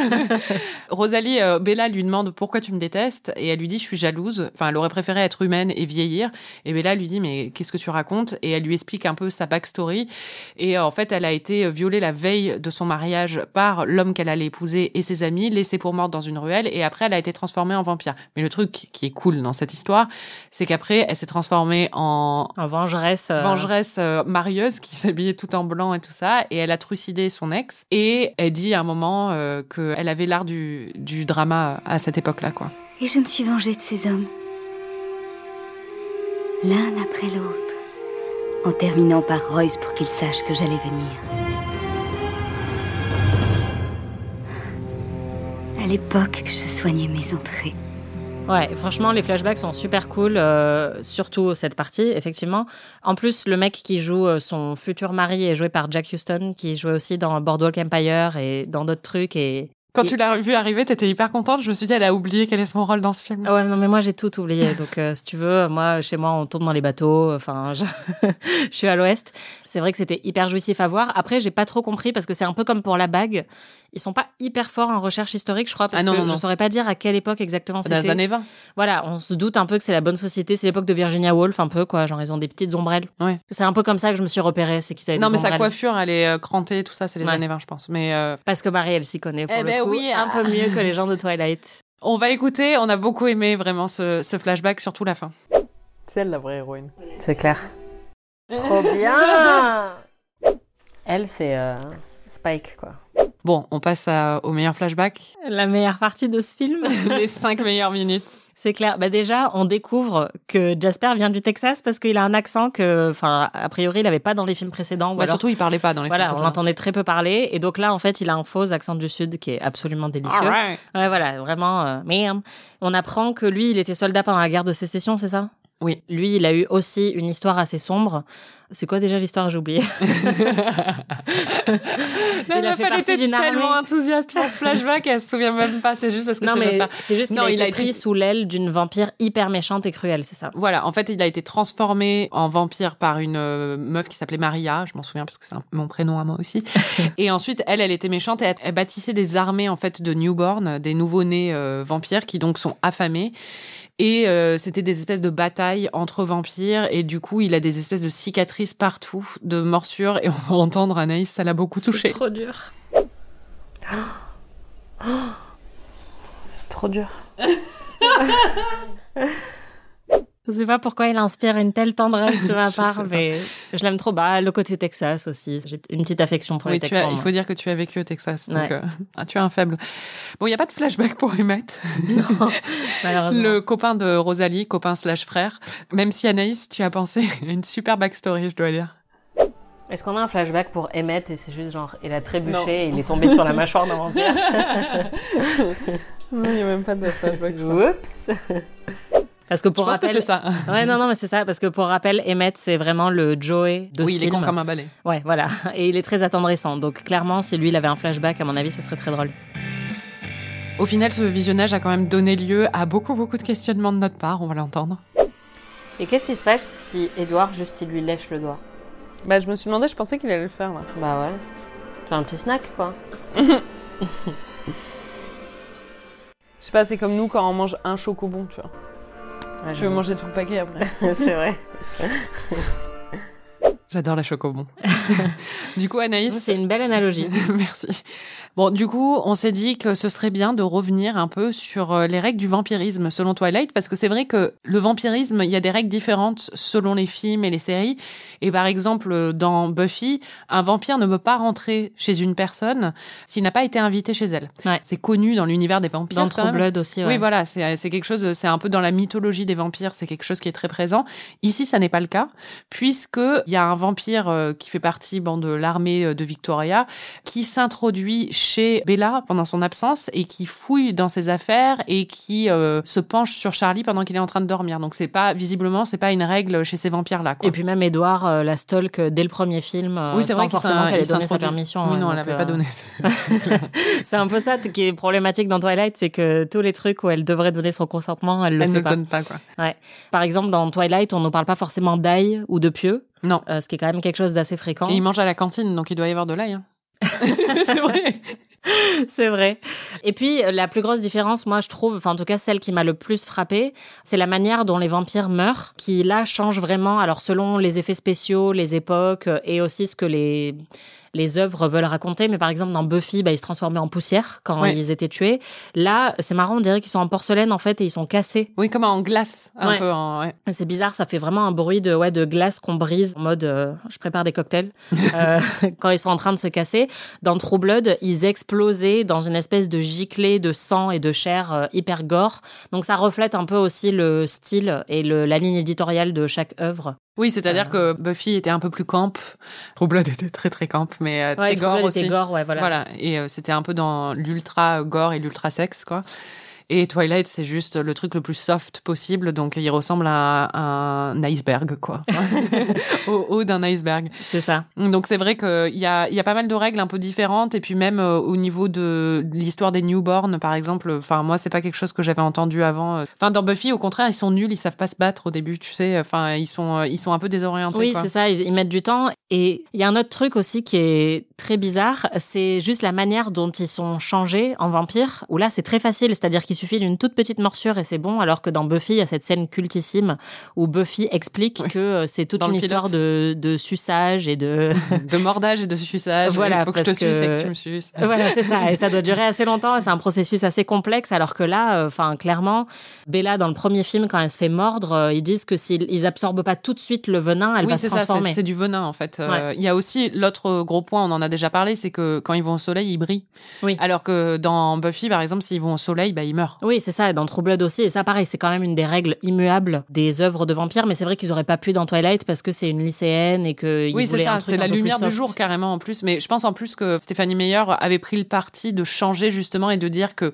[SPEAKER 2] Rosalie, euh, Bella lui demande pourquoi tu me détestes et elle lui dit je suis jalouse. Enfin, elle aurait préféré être humaine et vieillir. Et Bella lui dit mais qu'est-ce que tu racontes Et elle lui explique un peu sa backstory. Et euh, en fait, elle a été violée la veille de son mariage par l'homme qu'elle allait épouser et ses amis, laissée pour morte dans une ruelle. Et après, elle a été transformée en vampire. Mais le truc qui est cool dans cette histoire, c'est qu'après, elle s'est transformée en
[SPEAKER 3] En vengeresse. euh,
[SPEAKER 2] vengeresse euh, marieuse qui s'habillait tout en blanc et tout ça et elle a trucidé son ex et elle dit à un moment euh, que elle avait l'art du, du drama à cette époque là quoi
[SPEAKER 7] Et je me suis vengée de ces hommes. L'un après l'autre. En terminant par Royce pour qu'il sache que j'allais venir. À l'époque, je soignais mes entrées.
[SPEAKER 3] Ouais, franchement, les flashbacks sont super cool, euh, surtout cette partie, effectivement. En plus, le mec qui joue euh, son futur mari est joué par Jack Houston, qui jouait aussi dans Boardwalk Empire et dans d'autres trucs. Et
[SPEAKER 2] Quand tu l'as vu arriver, t'étais hyper contente. Je me suis dit, elle a oublié quel est son rôle dans ce film.
[SPEAKER 3] Ah ouais, non, mais moi, j'ai tout oublié. Donc, euh, si tu veux, moi, chez moi, on tombe dans les bateaux. Enfin, je, je suis à l'ouest. C'est vrai que c'était hyper jouissif à voir. Après, j'ai pas trop compris parce que c'est un peu comme pour la bague. Ils sont pas hyper forts en recherche historique, je crois, parce
[SPEAKER 2] Ah non,
[SPEAKER 3] que
[SPEAKER 2] non,
[SPEAKER 3] je
[SPEAKER 2] non.
[SPEAKER 3] saurais pas dire à quelle époque exactement
[SPEAKER 2] Dans les
[SPEAKER 3] c'était.
[SPEAKER 2] années 20.
[SPEAKER 3] Voilà, on se doute un peu que c'est la bonne société. C'est l'époque de Virginia Woolf, un peu, quoi. Genre, ils ont des petites ombrelles.
[SPEAKER 2] Ouais.
[SPEAKER 3] C'est un peu comme ça que je me suis repérée. C'est qu'ils avaient
[SPEAKER 2] Non,
[SPEAKER 3] des
[SPEAKER 2] mais sa
[SPEAKER 3] ombrelles.
[SPEAKER 2] coiffure, elle est euh, crantée, tout ça, c'est les
[SPEAKER 3] Ouais.
[SPEAKER 2] années 20, je pense. Mais euh,
[SPEAKER 3] Parce que Marie, elle s'y connaît pour
[SPEAKER 2] Eh
[SPEAKER 3] le
[SPEAKER 2] ben
[SPEAKER 3] coup,
[SPEAKER 2] oui,
[SPEAKER 3] un
[SPEAKER 2] ah.
[SPEAKER 3] peu mieux que les gens de Twilight.
[SPEAKER 2] on va écouter, on a beaucoup aimé vraiment ce, ce flashback, surtout la fin.
[SPEAKER 4] C'est elle la vraie héroïne.
[SPEAKER 5] C'est clair. Trop bien Elle, c'est euh, Spike, quoi.
[SPEAKER 2] Bon, on passe à- au meilleur flashback,
[SPEAKER 3] La meilleure partie de ce film.
[SPEAKER 2] les cinq meilleures minutes.
[SPEAKER 3] C'est clair. Bah déjà, on découvre que Jasper vient du Texas parce qu'il a un accent que, enfin, a priori, il n'avait pas dans les films précédents. ou
[SPEAKER 2] Bah,
[SPEAKER 3] alors-
[SPEAKER 2] surtout, il parlait pas dans les
[SPEAKER 3] voilà,
[SPEAKER 2] films
[SPEAKER 3] on
[SPEAKER 2] précédents.
[SPEAKER 3] l'entendait très peu parler. Et donc là, en fait, il a un faux accent du Sud qui est absolument délicieux.
[SPEAKER 2] All right.
[SPEAKER 3] Ouais, voilà, vraiment. euh, merde. On apprend que lui, il était soldat pendant la guerre de sécession, c'est ça
[SPEAKER 2] Oui.
[SPEAKER 3] Lui, il a eu aussi une histoire assez sombre. C'est quoi déjà l'histoire J'ai oublié.
[SPEAKER 2] La
[SPEAKER 3] Il a
[SPEAKER 2] meuf,
[SPEAKER 3] fait
[SPEAKER 2] elle
[SPEAKER 3] partie
[SPEAKER 2] était
[SPEAKER 3] d'une
[SPEAKER 2] tellement
[SPEAKER 3] armée.
[SPEAKER 2] enthousiaste pour ce flashback, elle se souvient même pas, c'est juste parce que
[SPEAKER 3] non,
[SPEAKER 2] c'est
[SPEAKER 3] mais
[SPEAKER 2] Jasper.
[SPEAKER 3] c'est juste qu'il
[SPEAKER 2] Non,
[SPEAKER 3] a,
[SPEAKER 2] il
[SPEAKER 3] été
[SPEAKER 2] a été-
[SPEAKER 3] pris sous l'aile d'une vampire hyper méchante et cruelle, c'est ça
[SPEAKER 2] Voilà, en fait, il a été transformé en vampire par une euh, meuf qui s'appelait Maria, je m'en souviens parce que c'est un- mon prénom à moi aussi. et ensuite, elle, elle était méchante et elle, elle bâtissait des armées en fait de newborn, des nouveau-nés euh, vampires qui donc sont affamés. Et euh, c'était des espèces de batailles entre vampires et du coup, il a des espèces de cicatrices partout, de morsures et on va entendre Anaïs, ça l'a beaucoup touché.
[SPEAKER 3] trop dur.
[SPEAKER 5] C'est trop dur.
[SPEAKER 3] Je sais pas pourquoi il inspire une telle tendresse de ma
[SPEAKER 2] Je sais
[SPEAKER 3] part,
[SPEAKER 2] pas.
[SPEAKER 3] mais je l'aime trop. Bah, le côté Texas aussi. J'ai une petite affection pour
[SPEAKER 2] Oui,
[SPEAKER 3] les
[SPEAKER 2] tu
[SPEAKER 3] Texans.
[SPEAKER 2] as, il
[SPEAKER 3] moi.
[SPEAKER 2] faut dire que tu as vécu au Texas, donc
[SPEAKER 3] Ouais.
[SPEAKER 2] euh, ah, tu as un faible. Bon, il n'y a pas de flashback pour Emmett.
[SPEAKER 3] Malheureusement.
[SPEAKER 2] Le copain de Rosalie, copain slash frère, même si Anaïs, tu as pensé à une super backstory, je dois dire.
[SPEAKER 5] Est-ce qu'on a un flashback pour Emmett et c'est juste genre, il a trébuché et il est tombé sur la mâchoire d'un vampire
[SPEAKER 4] Non, il n'y a même pas de flashback, je crois.
[SPEAKER 5] Oups
[SPEAKER 3] Parce que
[SPEAKER 2] Je
[SPEAKER 3] pour
[SPEAKER 2] pense
[SPEAKER 3] rappel,
[SPEAKER 2] que c'est ça.
[SPEAKER 3] ouais, non, non, mais c'est ça. Parce que pour rappel, Emmett, c'est vraiment le Joey de
[SPEAKER 2] oui,
[SPEAKER 3] ce
[SPEAKER 2] il est con
[SPEAKER 3] film.
[SPEAKER 2] comme un balai.
[SPEAKER 3] Ouais, voilà. Et il est très attendrissant. Donc clairement, si lui, il avait un flashback, à mon avis, ce serait très drôle.
[SPEAKER 2] Au final, ce visionnage a quand même donné lieu à beaucoup, beaucoup de questionnements de notre part, on va l'entendre.
[SPEAKER 5] Et qu'est-ce qui se passe si Edouard, juste, il lui lèche le doigt
[SPEAKER 4] Bah, je me suis demandé, je pensais qu'il allait le faire là.
[SPEAKER 5] Bah ouais. C'est un petit snack, quoi.
[SPEAKER 4] Je sais pas, c'est comme nous quand on mange un chocobon, tu vois.
[SPEAKER 5] Ouais,
[SPEAKER 4] Je veux manger tout le paquet après.
[SPEAKER 5] Ah, c'est vrai.
[SPEAKER 2] J'adore la chocobon. du coup, Anaïs,
[SPEAKER 3] C'est une belle analogie.
[SPEAKER 2] Merci. Bon, du coup, on s'est dit que ce serait bien de revenir un peu sur euh, les règles du vampirisme selon Twilight, parce que c'est vrai que le vampirisme, il y a des règles différentes selon les films et les séries. Et par exemple, euh, dans Buffy, un vampire ne peut pas rentrer chez une personne s'il n'a pas été invité chez elle.
[SPEAKER 3] Ouais.
[SPEAKER 2] C'est connu dans l'univers des vampires.
[SPEAKER 3] Dans le
[SPEAKER 2] quand même.
[SPEAKER 3] True Blood aussi.
[SPEAKER 2] Oui,
[SPEAKER 3] ouais.
[SPEAKER 2] voilà, c'est euh, c'est quelque chose, c'est un peu dans la mythologie des vampires, c'est quelque chose qui est très présent. Ici, ça n'est pas le cas, puisque il y a un vampire euh, qui fait partie bon, de l'armée euh, de Victoria, qui s'introduit chez Bella pendant son absence et qui fouille dans ses affaires et qui euh, se penche sur Charlie pendant qu'il est en train de dormir. Donc c'est pas visiblement, c'est pas une règle chez ces vampires là.
[SPEAKER 3] Et puis même Edouard euh, la stalk euh, dès le premier film. euh,
[SPEAKER 2] oui, c'est
[SPEAKER 3] sans
[SPEAKER 2] vrai qu'il
[SPEAKER 3] forcément
[SPEAKER 2] s'in- il
[SPEAKER 3] qu'elle ait donné sa
[SPEAKER 2] s'introduit.
[SPEAKER 3] permission.
[SPEAKER 2] Oui,
[SPEAKER 3] ouais,
[SPEAKER 2] non, elle
[SPEAKER 3] donc,
[SPEAKER 2] l'avait pas
[SPEAKER 3] euh,
[SPEAKER 2] donné.
[SPEAKER 3] C'est un peu ça t- qui est problématique dans Twilight, c'est que tous les trucs où elle devrait donner son consentement, elle le
[SPEAKER 2] Elle ne
[SPEAKER 3] fait
[SPEAKER 2] le
[SPEAKER 3] pas.
[SPEAKER 2] donne pas quoi.
[SPEAKER 3] Par exemple, dans Twilight, on ne parle pas forcément d'ail ou de pieux,
[SPEAKER 2] Non.
[SPEAKER 3] euh, ce qui est quand même quelque chose d'assez fréquent.
[SPEAKER 2] Et il mange à la cantine, donc il doit y avoir de l'ail. hein. c'est vrai.
[SPEAKER 3] c'est vrai. Et puis, euh, la plus grosse différence, moi, je trouve, enfin, en tout cas, celle qui m'a le plus frappée, c'est la manière dont les vampires meurent, qui là change vraiment, alors selon les effets spéciaux, les époques, euh, et aussi ce que les les œuvres veulent raconter, mais par exemple dans Buffy, bah, ils se transformaient en poussière quand
[SPEAKER 2] Ouais.
[SPEAKER 3] ils étaient tués. Là, c'est marrant, on dirait qu'ils sont en porcelaine en fait et ils sont cassés.
[SPEAKER 2] Oui, comme en glace, un
[SPEAKER 3] Ouais.
[SPEAKER 2] peu. En... ouais.
[SPEAKER 3] C'est bizarre, ça fait vraiment un bruit de ouais de glace qu'on brise en mode euh, je prépare des cocktails Euh, quand ils sont en train de se casser. Dans True Blood, ils explosaient dans une espèce de giclée de sang et de chair euh, hyper gore. Donc ça reflète un peu aussi le style et le, la ligne éditoriale de chaque œuvre.
[SPEAKER 2] Oui, c'est-à-dire que Buffy était un peu plus camp. Troublade était très très camp, mais euh, très
[SPEAKER 3] True
[SPEAKER 2] gore
[SPEAKER 3] Blood
[SPEAKER 2] aussi.
[SPEAKER 3] était gore, ouais voilà.
[SPEAKER 2] euh, Voilà, et euh, c'était un peu dans l'ultra gore et l'ultra sexe, quoi. Et Twilight, c'est juste le truc le plus soft possible, donc il ressemble à un iceberg, quoi. au haut d'un iceberg.
[SPEAKER 3] C'est ça.
[SPEAKER 2] Donc c'est vrai qu'il y a, il y a pas mal de règles un peu différentes, et puis même euh, au niveau de l'histoire des newborns, par exemple, enfin moi c'est pas quelque chose que j'avais entendu avant. euh. Enfin dans Buffy, au contraire, ils sont nuls, ils savent pas se battre au début, tu sais. Enfin ils sont, euh, ils sont un peu désorientés.
[SPEAKER 3] Oui,
[SPEAKER 2] quoi.
[SPEAKER 3] c'est ça, ils, ils mettent du temps. Et il y a un autre truc aussi qui est très bizarre, c'est juste la manière dont ils sont changés en vampires, où là c'est très facile, c'est-à-dire qu'il suffit d'une toute petite morsure et c'est bon, alors que dans Buffy, il y a cette scène cultissime où Buffy explique que euh, c'est toute
[SPEAKER 2] Dans le
[SPEAKER 3] une histoire de, de suçage et de...
[SPEAKER 2] De mordage et de suçage.
[SPEAKER 3] Voilà,
[SPEAKER 2] il faut que je te
[SPEAKER 3] parce que-
[SPEAKER 2] suce et que tu me suces.
[SPEAKER 3] voilà, c'est ça, et ça doit durer assez longtemps, et c'est un processus assez complexe, alors que là, euh, enfin clairement, Bella, dans le premier film, quand elle se fait mordre, euh, ils disent que s'ils ils absorbent pas tout de suite le venin, elle
[SPEAKER 2] oui,
[SPEAKER 3] va se
[SPEAKER 2] c'est ça,
[SPEAKER 3] transformer.
[SPEAKER 2] c'est- c'est du venin en fait. Euh, Il y a aussi l'autre gros point, on en a déjà parlé, c'est que quand ils vont au soleil, ils brillent.
[SPEAKER 3] Oui.
[SPEAKER 2] Alors que dans Buffy, par exemple, s'ils vont au soleil, bah, ils meurent.
[SPEAKER 3] Oui, c'est ça, et dans True Blood aussi. Et ça, pareil, c'est quand même une des règles immuables des œuvres de vampires. Mais c'est vrai qu'ils auraient pas pu dans Twilight parce que c'est une lycéenne et que. ils
[SPEAKER 2] oui, c'est
[SPEAKER 3] voulaient un
[SPEAKER 2] ça, c'est
[SPEAKER 3] truc un
[SPEAKER 2] la
[SPEAKER 3] peu plus
[SPEAKER 2] lumière du
[SPEAKER 3] soft.
[SPEAKER 2] jour carrément en plus. Mais je pense en plus que Stéphanie Meyer avait pris le parti de changer justement et de dire que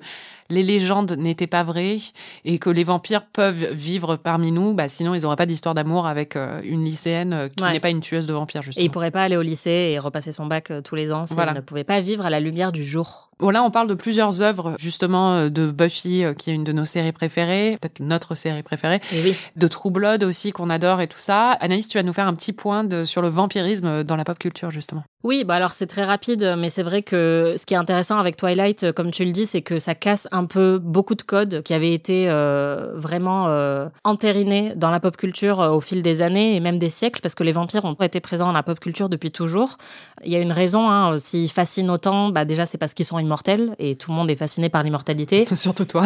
[SPEAKER 2] les légendes n'étaient pas vraies et que les vampires peuvent vivre parmi nous, bah, sinon ils n'auraient pas d'histoire d'amour avec euh, une lycéenne euh, qui
[SPEAKER 3] Ouais.
[SPEAKER 2] n'est pas une tueuse de vampires justement.
[SPEAKER 3] Et il pourrait pas aller au lycée et repasser son bac euh, tous les ans si
[SPEAKER 2] Voilà.
[SPEAKER 3] il ne pouvait pas vivre à la lumière du jour.
[SPEAKER 2] Bon, là, on parle de plusieurs œuvres, justement, euh, de Buffy, euh, qui est une de nos séries préférées, peut-être notre série préférée,
[SPEAKER 3] Et Eh oui.
[SPEAKER 2] de True Blood aussi, qu'on adore et tout ça. Anaïs, tu vas nous faire un petit point de, sur le vampirisme euh, dans la pop culture, justement.
[SPEAKER 3] Oui, bah alors c'est très rapide, mais c'est vrai que ce qui est intéressant avec Twilight, euh, comme tu le dis, c'est que ça casse un peu beaucoup de codes qui avaient été euh, vraiment euh, entérinés dans la pop culture euh, au fil des années et même des siècles, parce que les vampires ont été présents dans la pop culture depuis toujours. Il y a une raison, hein, euh, s'ils fascinent autant, bah déjà c'est parce qu'ils sont immortels et tout le monde est fasciné par l'immortalité.
[SPEAKER 2] Surtout toi.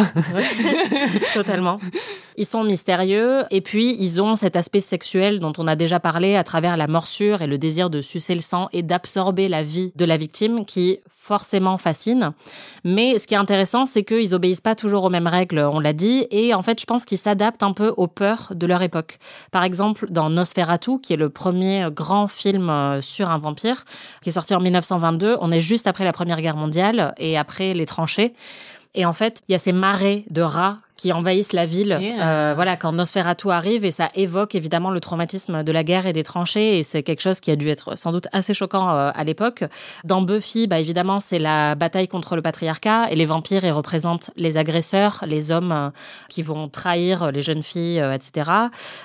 [SPEAKER 3] Totalement. Ils sont mystérieux et puis ils ont cet aspect sexuel dont on a déjà parlé à travers la morsure et le désir de sucer le sang et d'absorber la vie de la victime qui forcément fascine. Mais ce qui est intéressant, c'est qu'ils obéissent pas toujours aux mêmes règles, on l'a dit, et en fait je pense qu'ils s'adaptent un peu aux peurs de leur époque. Par exemple, dans Nosferatu, qui est le premier grand film euh, sur un vampire, qui est sorti en 1922, on est juste après la Première Guerre mondiale et après les tranchées. Et en fait, il y a ces marées de rats qui envahissent la ville.
[SPEAKER 2] Yeah.
[SPEAKER 3] euh, voilà, quand Nosferatu arrive et ça évoque évidemment le traumatisme de la guerre et des tranchées. Et c'est quelque chose qui a dû être sans doute assez choquant euh, à l'époque. Dans Buffy, bah évidemment, c'est la bataille contre le patriarcat et les vampires, ils représentent les agresseurs, les hommes euh, qui vont trahir les jeunes filles, euh, etc.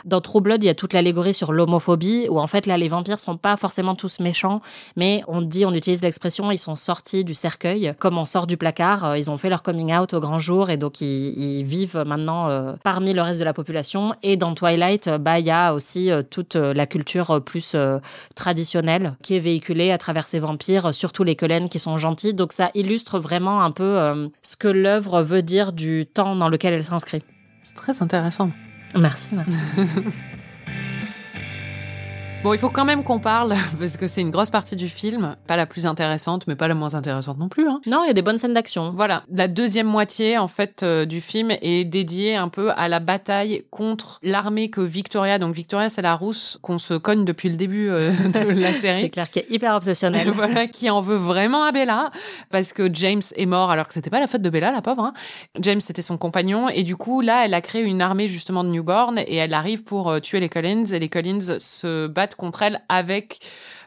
[SPEAKER 3] Dans True Blood, il y a toute l'allégorie sur l'homophobie où en fait là, les vampires sont pas forcément tous méchants, mais on dit, on utilise l'expression, ils sont sortis du cercueil, comme on sort du placard, euh, ils ont fait leur coming out au grand jour et donc ils, ils vivent maintenant euh, parmi le reste de la population. Et dans Twilight, euh, bah il y a aussi euh, toute euh, la culture euh, plus euh, traditionnelle qui est véhiculée à travers ces vampires, euh, surtout les Cullen qui sont gentils. Donc ça illustre vraiment un peu euh, ce que l'œuvre veut dire du temps dans lequel elle s'inscrit.
[SPEAKER 2] C'est très intéressant.
[SPEAKER 3] Merci. merci.
[SPEAKER 2] Bon, il faut quand même qu'on parle, parce que c'est une grosse partie du film. Pas la plus intéressante, mais pas la moins intéressante non plus, hein.
[SPEAKER 3] non, il y a des bonnes scènes d'action.
[SPEAKER 2] Voilà, la deuxième moitié en fait euh, du film est dédiée un peu à la bataille contre l'armée que Victoria. Donc Victoria, c'est la rousse qu'on se cogne depuis le début euh, de la
[SPEAKER 3] C'est
[SPEAKER 2] série.
[SPEAKER 3] clair qui est hyper obsessionnel.
[SPEAKER 2] voilà, qui en veut vraiment à Bella parce que James est mort alors que c'était pas la faute de Bella la pauvre. hein. James c'était son compagnon et du coup là elle a créé une armée justement de newborn et elle arrive pour euh, tuer les Collins et les Collins se battent contre elle avec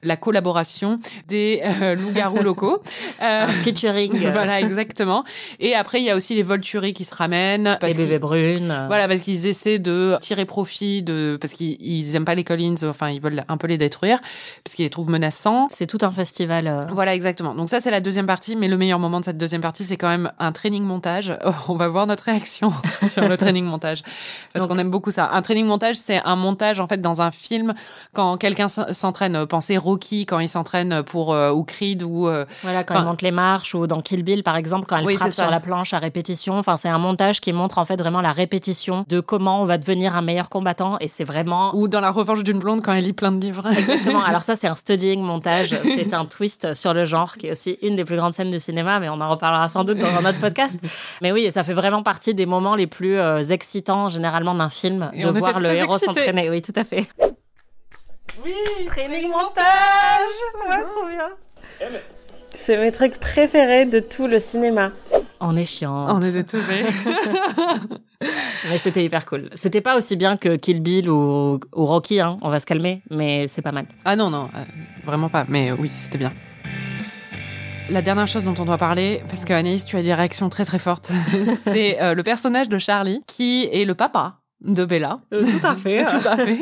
[SPEAKER 2] la collaboration des euh, loups-garous locaux. Euh,
[SPEAKER 3] Ah, Featuring.
[SPEAKER 2] voilà, exactement. Et après, il y a aussi les Volturi qui se ramènent.
[SPEAKER 3] Les
[SPEAKER 2] Parce qu'ils-
[SPEAKER 3] bébés brunes. euh,
[SPEAKER 2] Voilà, parce qu'ils essaient de tirer profit de, parce qu'ils ils aiment pas les Collins, enfin, ils veulent un peu les détruire, parce qu'ils les trouvent menaçants.
[SPEAKER 3] C'est tout un festival. euh,
[SPEAKER 2] Voilà, exactement. Donc ça, c'est la deuxième partie, mais le meilleur moment de cette deuxième partie, c'est quand même un training montage. Oh, On va voir notre réaction sur le training montage, parce
[SPEAKER 3] Donc-
[SPEAKER 2] qu'on aime beaucoup ça. Un training montage, c'est un montage en fait dans un film quand quelqu'un s- s'entraîne. Pensez Rocky quand il s'entraîne pour euh, ou Creed ou euh,
[SPEAKER 3] Voilà, quand
[SPEAKER 2] Enfin-
[SPEAKER 3] elle monte les marches ou dans Kill Bill, par exemple, quand elle
[SPEAKER 2] Oui,
[SPEAKER 3] frappe
[SPEAKER 2] c'est ça.
[SPEAKER 3] sur la planche à répétition. Enfin, c'est un montage qui montre en fait vraiment la répétition de comment on va devenir un meilleur combattant et c'est vraiment.
[SPEAKER 2] ou dans La Revanche d'une blonde quand elle lit plein de livres.
[SPEAKER 3] Exactement. Alors ça, c'est un studying montage. C'est un twist sur le genre qui est aussi une des plus grandes scènes du cinéma, mais on en reparlera sans doute dans un autre podcast. Mais oui, et ça fait vraiment partie des moments les plus euh, excitants généralement d'un film
[SPEAKER 2] Et
[SPEAKER 3] de
[SPEAKER 2] on était
[SPEAKER 3] voir le
[SPEAKER 2] très
[SPEAKER 3] héros
[SPEAKER 2] excités.
[SPEAKER 3] s'entraîner. Oui, tout à fait.
[SPEAKER 5] Training montage Ouais, trop bien. C'est mes trucs préférés de tout le cinéma.
[SPEAKER 3] On est chiant.
[SPEAKER 2] On est des teubés.
[SPEAKER 3] Mais c'était hyper cool. C'était pas aussi bien que Kill Bill ou, ou Rocky, hein. on va se calmer, mais c'est pas mal.
[SPEAKER 2] Ah non, non, euh, vraiment pas. Mais euh, oui, c'était bien. La dernière chose dont on doit parler, parce que Anaïs, tu as des réactions très très fortes, c'est euh, le personnage de Charlie qui est le papa de Bella.
[SPEAKER 5] Tout à fait.
[SPEAKER 2] Euh, Tout à fait.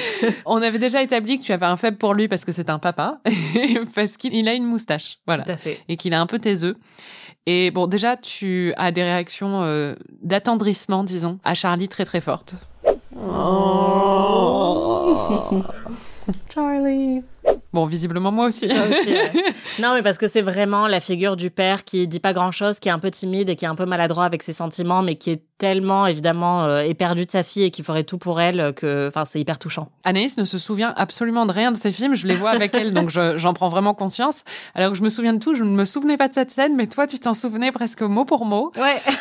[SPEAKER 2] On avait déjà établi que tu avais un faible pour lui parce que c'est un papa, et parce qu'il a une moustache, voilà,
[SPEAKER 3] Tout à fait.
[SPEAKER 2] et qu'il est un peu taiseux. Et bon, déjà, tu as des réactions euh, d'attendrissement, disons, à Charlie très très fortes.
[SPEAKER 3] Oh.
[SPEAKER 5] Charlie.
[SPEAKER 2] Bon, visiblement moi aussi.
[SPEAKER 3] Toi aussi, ouais. Non, mais parce que c'est vraiment la figure du père qui dit pas grand chose, qui est un peu timide et qui est un peu maladroit avec ses sentiments, mais qui est tellement évidemment euh, éperdu de sa fille et qui ferait tout pour elle euh, que, enfin, c'est hyper touchant.
[SPEAKER 2] Anaïs ne se souvient absolument de rien de ces films. Je les vois avec elle, donc je- j'en prends vraiment conscience. Alors que je me souviens de tout, je ne me souvenais pas de cette scène, mais toi, tu t'en souvenais presque mot pour mot.
[SPEAKER 3] Ouais,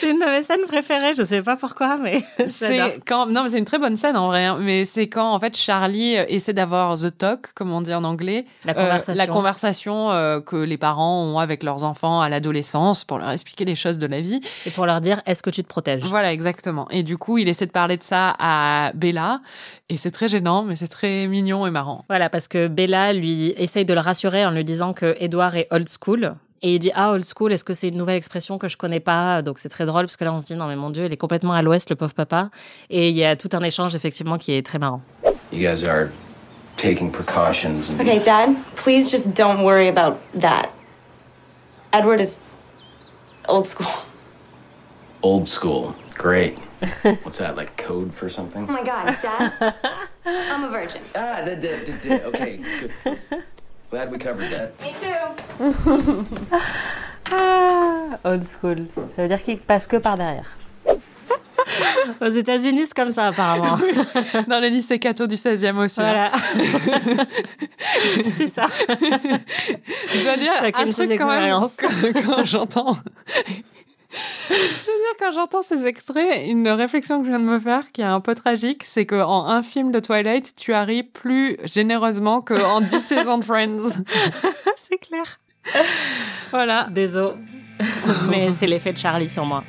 [SPEAKER 3] c'est une de mes scènes préférées. Je sais pas pourquoi, mais
[SPEAKER 2] C'est quand non mais c'est une très bonne scène en vrai hein. mais c'est quand en fait Charlie euh, essaie d'avoir the talk comme on dit en anglais
[SPEAKER 3] La
[SPEAKER 2] Euh,
[SPEAKER 3] conversation.
[SPEAKER 2] la conversation euh, que les parents ont avec leurs enfants à l'adolescence pour leur expliquer les choses de la vie
[SPEAKER 3] Et pour leur dire, est-ce que tu te protèges
[SPEAKER 2] Voilà, exactement. Et du coup, il essaie de parler de ça à Bella, et c'est très gênant, mais c'est très mignon et marrant.
[SPEAKER 3] Voilà, parce que Bella lui essaye de le rassurer en lui disant que Edward est old school. Et il dit ah old school est-ce que c'est une nouvelle expression que je connais pas donc c'est très drôle parce que là on se dit non mais mon dieu il est complètement à l'ouest le pauvre papa et il y a tout un échange effectivement qui est très marrant.
[SPEAKER 11] You guys are taking precautions. And
[SPEAKER 12] Okay, Dad, please just don't worry about that. Edward is old school.
[SPEAKER 11] Old school. Great. What's that, like code for something?
[SPEAKER 12] Oh my god, Dad, I'm a virgin.
[SPEAKER 11] Ah, da, da, da, da. okay, good. Glad we covered that.
[SPEAKER 12] Me too.
[SPEAKER 5] Ah, old school. Ça veut dire qu'il passe que par derrière.
[SPEAKER 3] Aux États-Unis c'est comme ça apparemment.
[SPEAKER 2] Dans les lycées catho du 16e aussi. hein.
[SPEAKER 3] voilà. c'est ça.
[SPEAKER 2] Je dois dire
[SPEAKER 3] Chacune
[SPEAKER 2] un
[SPEAKER 3] ses
[SPEAKER 2] truc quand même
[SPEAKER 3] expériences.
[SPEAKER 2] quand, quand j'entends. Je veux dire, quand j'entends ces extraits, une réflexion que je viens de me faire, qui est un peu tragique, c'est qu'en un film de Twilight, tu arrives plus généreusement qu'en 10 saisons de Friends.
[SPEAKER 3] c'est clair.
[SPEAKER 2] Voilà.
[SPEAKER 3] Désolé. mais c'est l'effet de Charlie sur moi.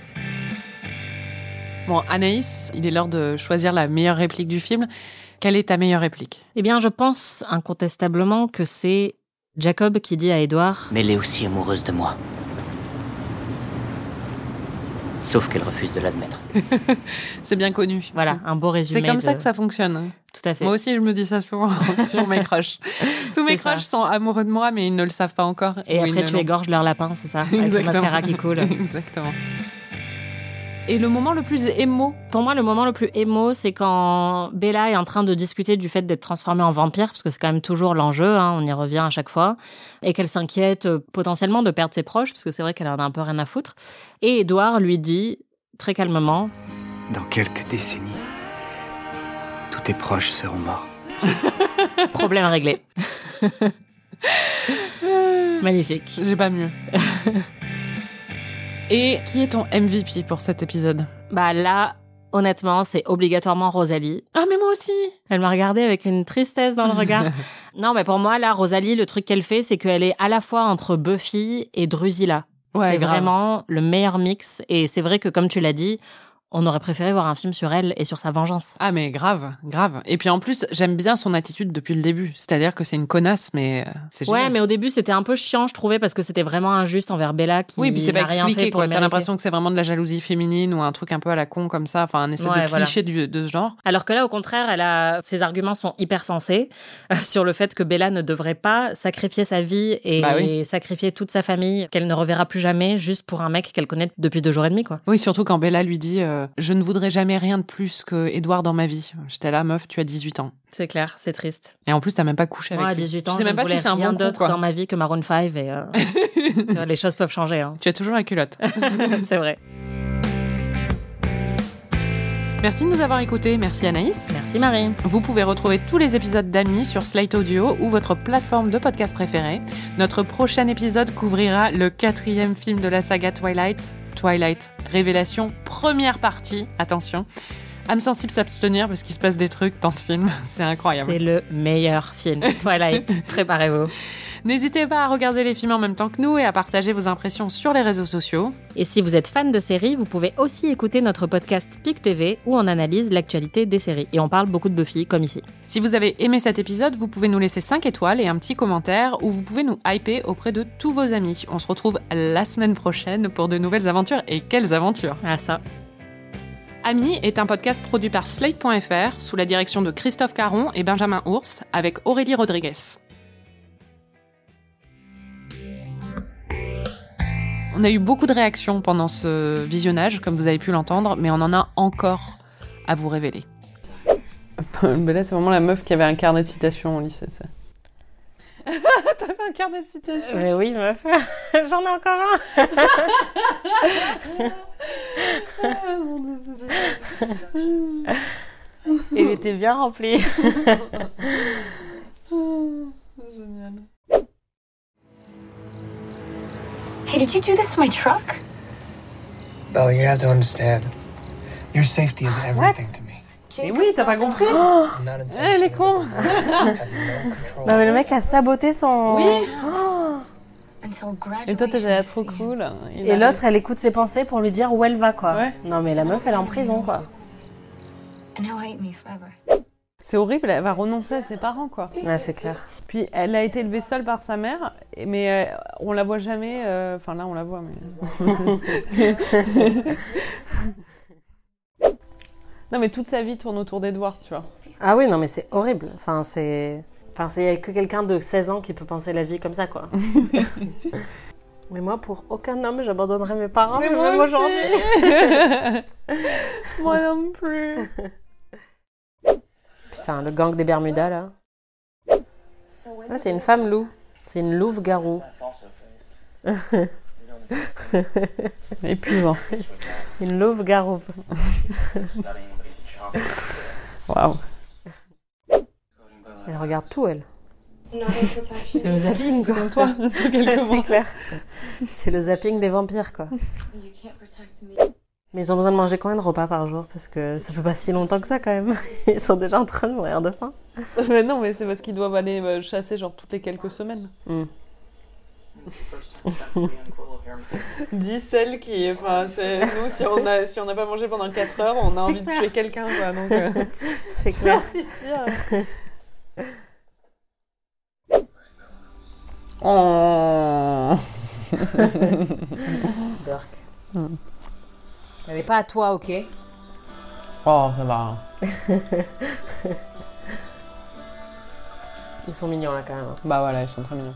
[SPEAKER 2] Bon, Anaïs, il est l'heure de choisir la meilleure réplique du film. Quelle est ta meilleure réplique
[SPEAKER 3] Eh bien je pense incontestablement que c'est Jacob qui dit à Edward
[SPEAKER 10] Mais elle est aussi amoureuse de moi. Sauf qu'elle refuse de l'admettre.
[SPEAKER 2] C'est bien connu.
[SPEAKER 3] voilà un beau résumé.
[SPEAKER 2] C'est comme ça
[SPEAKER 3] de-
[SPEAKER 2] que ça fonctionne.
[SPEAKER 3] Tout à fait.
[SPEAKER 2] Moi aussi, je me dis ça souvent sur mes crushs. Tous mes
[SPEAKER 3] C'est ça.
[SPEAKER 2] crushs sont amoureux de moi, mais ils ne le savent pas encore.
[SPEAKER 3] Et
[SPEAKER 2] Ou ils
[SPEAKER 3] après,
[SPEAKER 2] ne
[SPEAKER 3] tu
[SPEAKER 2] l'ont-
[SPEAKER 3] égorges leur lapin, c'est ça Avec le
[SPEAKER 2] Exactement.
[SPEAKER 3] mascara qui coule.
[SPEAKER 2] Exactement. Et le moment le plus émo
[SPEAKER 3] Pour moi, le moment le plus émo, c'est quand Bella est en train de discuter du fait d'être transformée en vampire, parce que c'est quand même toujours l'enjeu, hein, on y revient à chaque fois, et qu'elle s'inquiète euh, potentiellement de perdre ses proches, parce que c'est vrai qu'elle en a un peu rien à foutre. Et Edouard lui dit, très calmement,
[SPEAKER 6] Dans quelques décennies, tous tes proches seront morts.
[SPEAKER 3] problème réglé. Magnifique.
[SPEAKER 2] J'ai pas mieux. Et qui est ton MVP pour cet épisode
[SPEAKER 3] Bah là, honnêtement, c'est obligatoirement Rosalie.
[SPEAKER 2] Ah, mais moi aussi
[SPEAKER 3] Elle m'a regardée avec une tristesse dans le regard. non, mais pour moi, là, Rosalie, le truc qu'elle fait, c'est qu'elle est à la fois entre Buffy et Drusilla.
[SPEAKER 2] Ouais,
[SPEAKER 3] c'est
[SPEAKER 2] grave.
[SPEAKER 3] vraiment le meilleur mix. Et c'est vrai que, comme tu l'as dit, on aurait préféré voir un film sur elle et sur sa vengeance.
[SPEAKER 2] Ah, mais grave, grave. Et puis en plus, j'aime bien son attitude depuis le début. C'est-à-dire que c'est une connasse, mais euh, c'est
[SPEAKER 3] Ouais,
[SPEAKER 2] génial.
[SPEAKER 3] mais au début, c'était un peu chiant, je trouvais, parce que c'était vraiment injuste envers Bella qui
[SPEAKER 2] Oui, puis c'est pas
[SPEAKER 3] n'a rien fait
[SPEAKER 2] expliqué,
[SPEAKER 3] pour
[SPEAKER 2] quoi.
[SPEAKER 3] le
[SPEAKER 2] T'as
[SPEAKER 3] mériter.
[SPEAKER 2] l'impression que c'est vraiment de la jalousie féminine ou un truc un peu à la con comme ça, enfin un espèce
[SPEAKER 3] Ouais,
[SPEAKER 2] de
[SPEAKER 3] voilà.
[SPEAKER 2] cliché du- de ce genre.
[SPEAKER 3] Alors que là, au contraire, elle a... ses arguments sont hyper sensés euh, sur le fait que Bella ne devrait pas sacrifier sa vie et
[SPEAKER 2] Bah oui.
[SPEAKER 3] sacrifier toute sa famille qu'elle ne reverra plus jamais juste pour un mec qu'elle connaît depuis deux jours et demi, quoi.
[SPEAKER 2] Oui, surtout quand Bella lui dit euh, Je ne voudrais jamais rien de plus que Edouard dans ma vie. J'étais là, meuf, tu as 18 ans.
[SPEAKER 3] C'est clair, c'est triste.
[SPEAKER 2] Et en plus, t'as même pas couché avec
[SPEAKER 3] Moi, à
[SPEAKER 2] lui.
[SPEAKER 3] 18
[SPEAKER 2] Tu
[SPEAKER 3] ans,
[SPEAKER 2] sais même
[SPEAKER 3] je
[SPEAKER 2] pas
[SPEAKER 3] ne
[SPEAKER 2] si
[SPEAKER 3] voulais
[SPEAKER 2] c'est un
[SPEAKER 3] rien
[SPEAKER 2] bon coup,
[SPEAKER 3] d'autre
[SPEAKER 2] quoi.
[SPEAKER 3] dans ma vie que Maroon 5 et euh, tu vois, les choses peuvent changer. hein.
[SPEAKER 2] Tu as toujours la culotte.
[SPEAKER 3] c'est vrai.
[SPEAKER 2] Merci de nous avoir écoutés. Merci Anaïs.
[SPEAKER 3] Merci Marie.
[SPEAKER 2] Vous pouvez retrouver tous les épisodes d'Amis sur Slate Audio ou votre plateforme de podcast préférée. Notre prochain épisode couvrira le quatrième film de la saga Twilight. Twilight, révélation, première partie. Attention. Âme sensible s'abstenir parce qu'il se passe des trucs dans ce film. C'est incroyable.
[SPEAKER 3] C'est le meilleur film Twilight. Préparez-vous.
[SPEAKER 2] N'hésitez pas à regarder les films en même temps que nous et à partager vos impressions sur les réseaux sociaux.
[SPEAKER 3] Et si vous êtes fan de séries, vous pouvez aussi écouter notre podcast PIC TV où on analyse l'actualité des séries. Et on parle beaucoup de Buffy, comme ici.
[SPEAKER 2] Si vous avez aimé cet épisode, vous pouvez nous laisser 5 étoiles et un petit commentaire ou vous pouvez nous hyper auprès de tous vos amis. On se retrouve la semaine prochaine pour de nouvelles aventures et quelles aventures
[SPEAKER 3] Ah ça
[SPEAKER 2] Ami est un podcast produit par Slate.fr sous la direction de Christophe Caron et Benjamin Ours avec Aurélie Rodriguez. On a eu beaucoup de réactions pendant ce visionnage, comme vous avez pu l'entendre, mais on en a encore à vous révéler.
[SPEAKER 4] Mais là, c'est vraiment la meuf qui avait un carnet de citations au lycée. ça.
[SPEAKER 5] T'as fait un carnet de citation.
[SPEAKER 4] Mais
[SPEAKER 5] oui, meuf. J'en ai encore un. Il était bien rempli.
[SPEAKER 4] Génial.
[SPEAKER 12] Hey, did you do this to my truck?
[SPEAKER 8] Bella, you have to understand. Your safety is everything to me.
[SPEAKER 4] Mais oui, t'as pas compris
[SPEAKER 8] Not until
[SPEAKER 4] Elle est con
[SPEAKER 5] Non, mais le mec a saboté son.
[SPEAKER 4] Oui.
[SPEAKER 5] Oh.
[SPEAKER 4] Et toi, t'as déjà trop cool. Il
[SPEAKER 5] Et
[SPEAKER 4] a-
[SPEAKER 5] l'autre, elle écoute ses pensées pour lui dire où elle va, quoi.
[SPEAKER 4] Ouais.
[SPEAKER 5] Non, mais la meuf, elle est en prison, quoi.
[SPEAKER 7] And he'll hate me forever.
[SPEAKER 4] C'est horrible, elle va renoncer à ses parents, quoi.
[SPEAKER 5] Ouais, c'est clair.
[SPEAKER 4] Puis elle a été élevée seule par sa mère, et- mais euh, on la voit jamais. euh, Enfin, là, on la voit, mais. non, mais toute sa vie tourne autour d'Edouard, tu vois.
[SPEAKER 5] Ah oui, non, mais c'est horrible. Enfin, c'est. Enfin, c'est que quelqu'un de 16 ans qui peut penser la vie comme ça, quoi. mais moi, pour aucun homme, j'abandonnerai mes parents,
[SPEAKER 4] Ah, Mais
[SPEAKER 5] même
[SPEAKER 4] moi aussi.
[SPEAKER 5] aujourd'hui.
[SPEAKER 4] Moi non plus.
[SPEAKER 5] Putain, le gang des Bermudas, là. Ah, c'est une femme loup. C'est une louve-garou.
[SPEAKER 4] Épuisant.
[SPEAKER 5] Une louve-garou.
[SPEAKER 4] Waouh.
[SPEAKER 5] Elle regarde tout, elle.
[SPEAKER 4] C'est le zapping, comme toi.
[SPEAKER 5] c'est clair. C'est le zapping des vampires, quoi. Mais ils ont besoin de manger combien de repas par jour Parce que ça fait pas si longtemps que ça, quand même. Ils sont déjà en train de mourir de faim.
[SPEAKER 4] mais non, mais c'est parce qu'ils doivent aller euh, chasser, genre, toutes les quelques semaines.
[SPEAKER 5] Hmm.
[SPEAKER 4] 10 celles qui. Enfin, c'est. Nous, si on a- si on n'a pas mangé pendant 4 heures, on a envie de tuer quelqu'un, quoi. Donc. euh, hein.
[SPEAKER 5] C'est clair.
[SPEAKER 4] Oh.
[SPEAKER 5] Dark. Elle est pas à toi, ok
[SPEAKER 4] oh, ça va.
[SPEAKER 5] Ils sont mignons, là, quand même. hein.
[SPEAKER 4] Bah voilà, ils sont très mignons.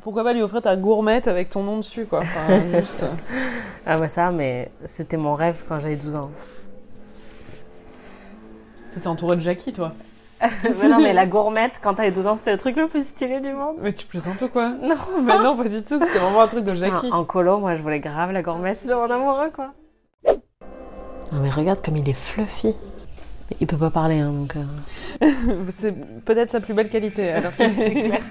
[SPEAKER 4] Pourquoi pas lui offrir ta gourmette avec ton nom dessus, quoi Enfin, juste. euh,
[SPEAKER 5] Ah ouais, ça, mais c'était mon rêve quand j'avais 12 ans.
[SPEAKER 4] T'étais entouré de Jackie, toi.
[SPEAKER 5] mais non, mais la gourmette, quand t'avais 12 ans, c'était le truc le plus stylé du monde.
[SPEAKER 4] Mais tu plaisantes ou quoi
[SPEAKER 5] Non, bah,
[SPEAKER 4] Mais Bah non, pas du tout, c'était vraiment un truc de
[SPEAKER 5] Putain,
[SPEAKER 4] Jackie.
[SPEAKER 5] en colo, moi, je voulais grave la gourmette de mon amoureux, quoi. Non, mais regarde comme il est fluffy. Il peut pas parler, hein, donc...
[SPEAKER 4] C'est peut-être sa plus belle qualité, alors que c'est clair.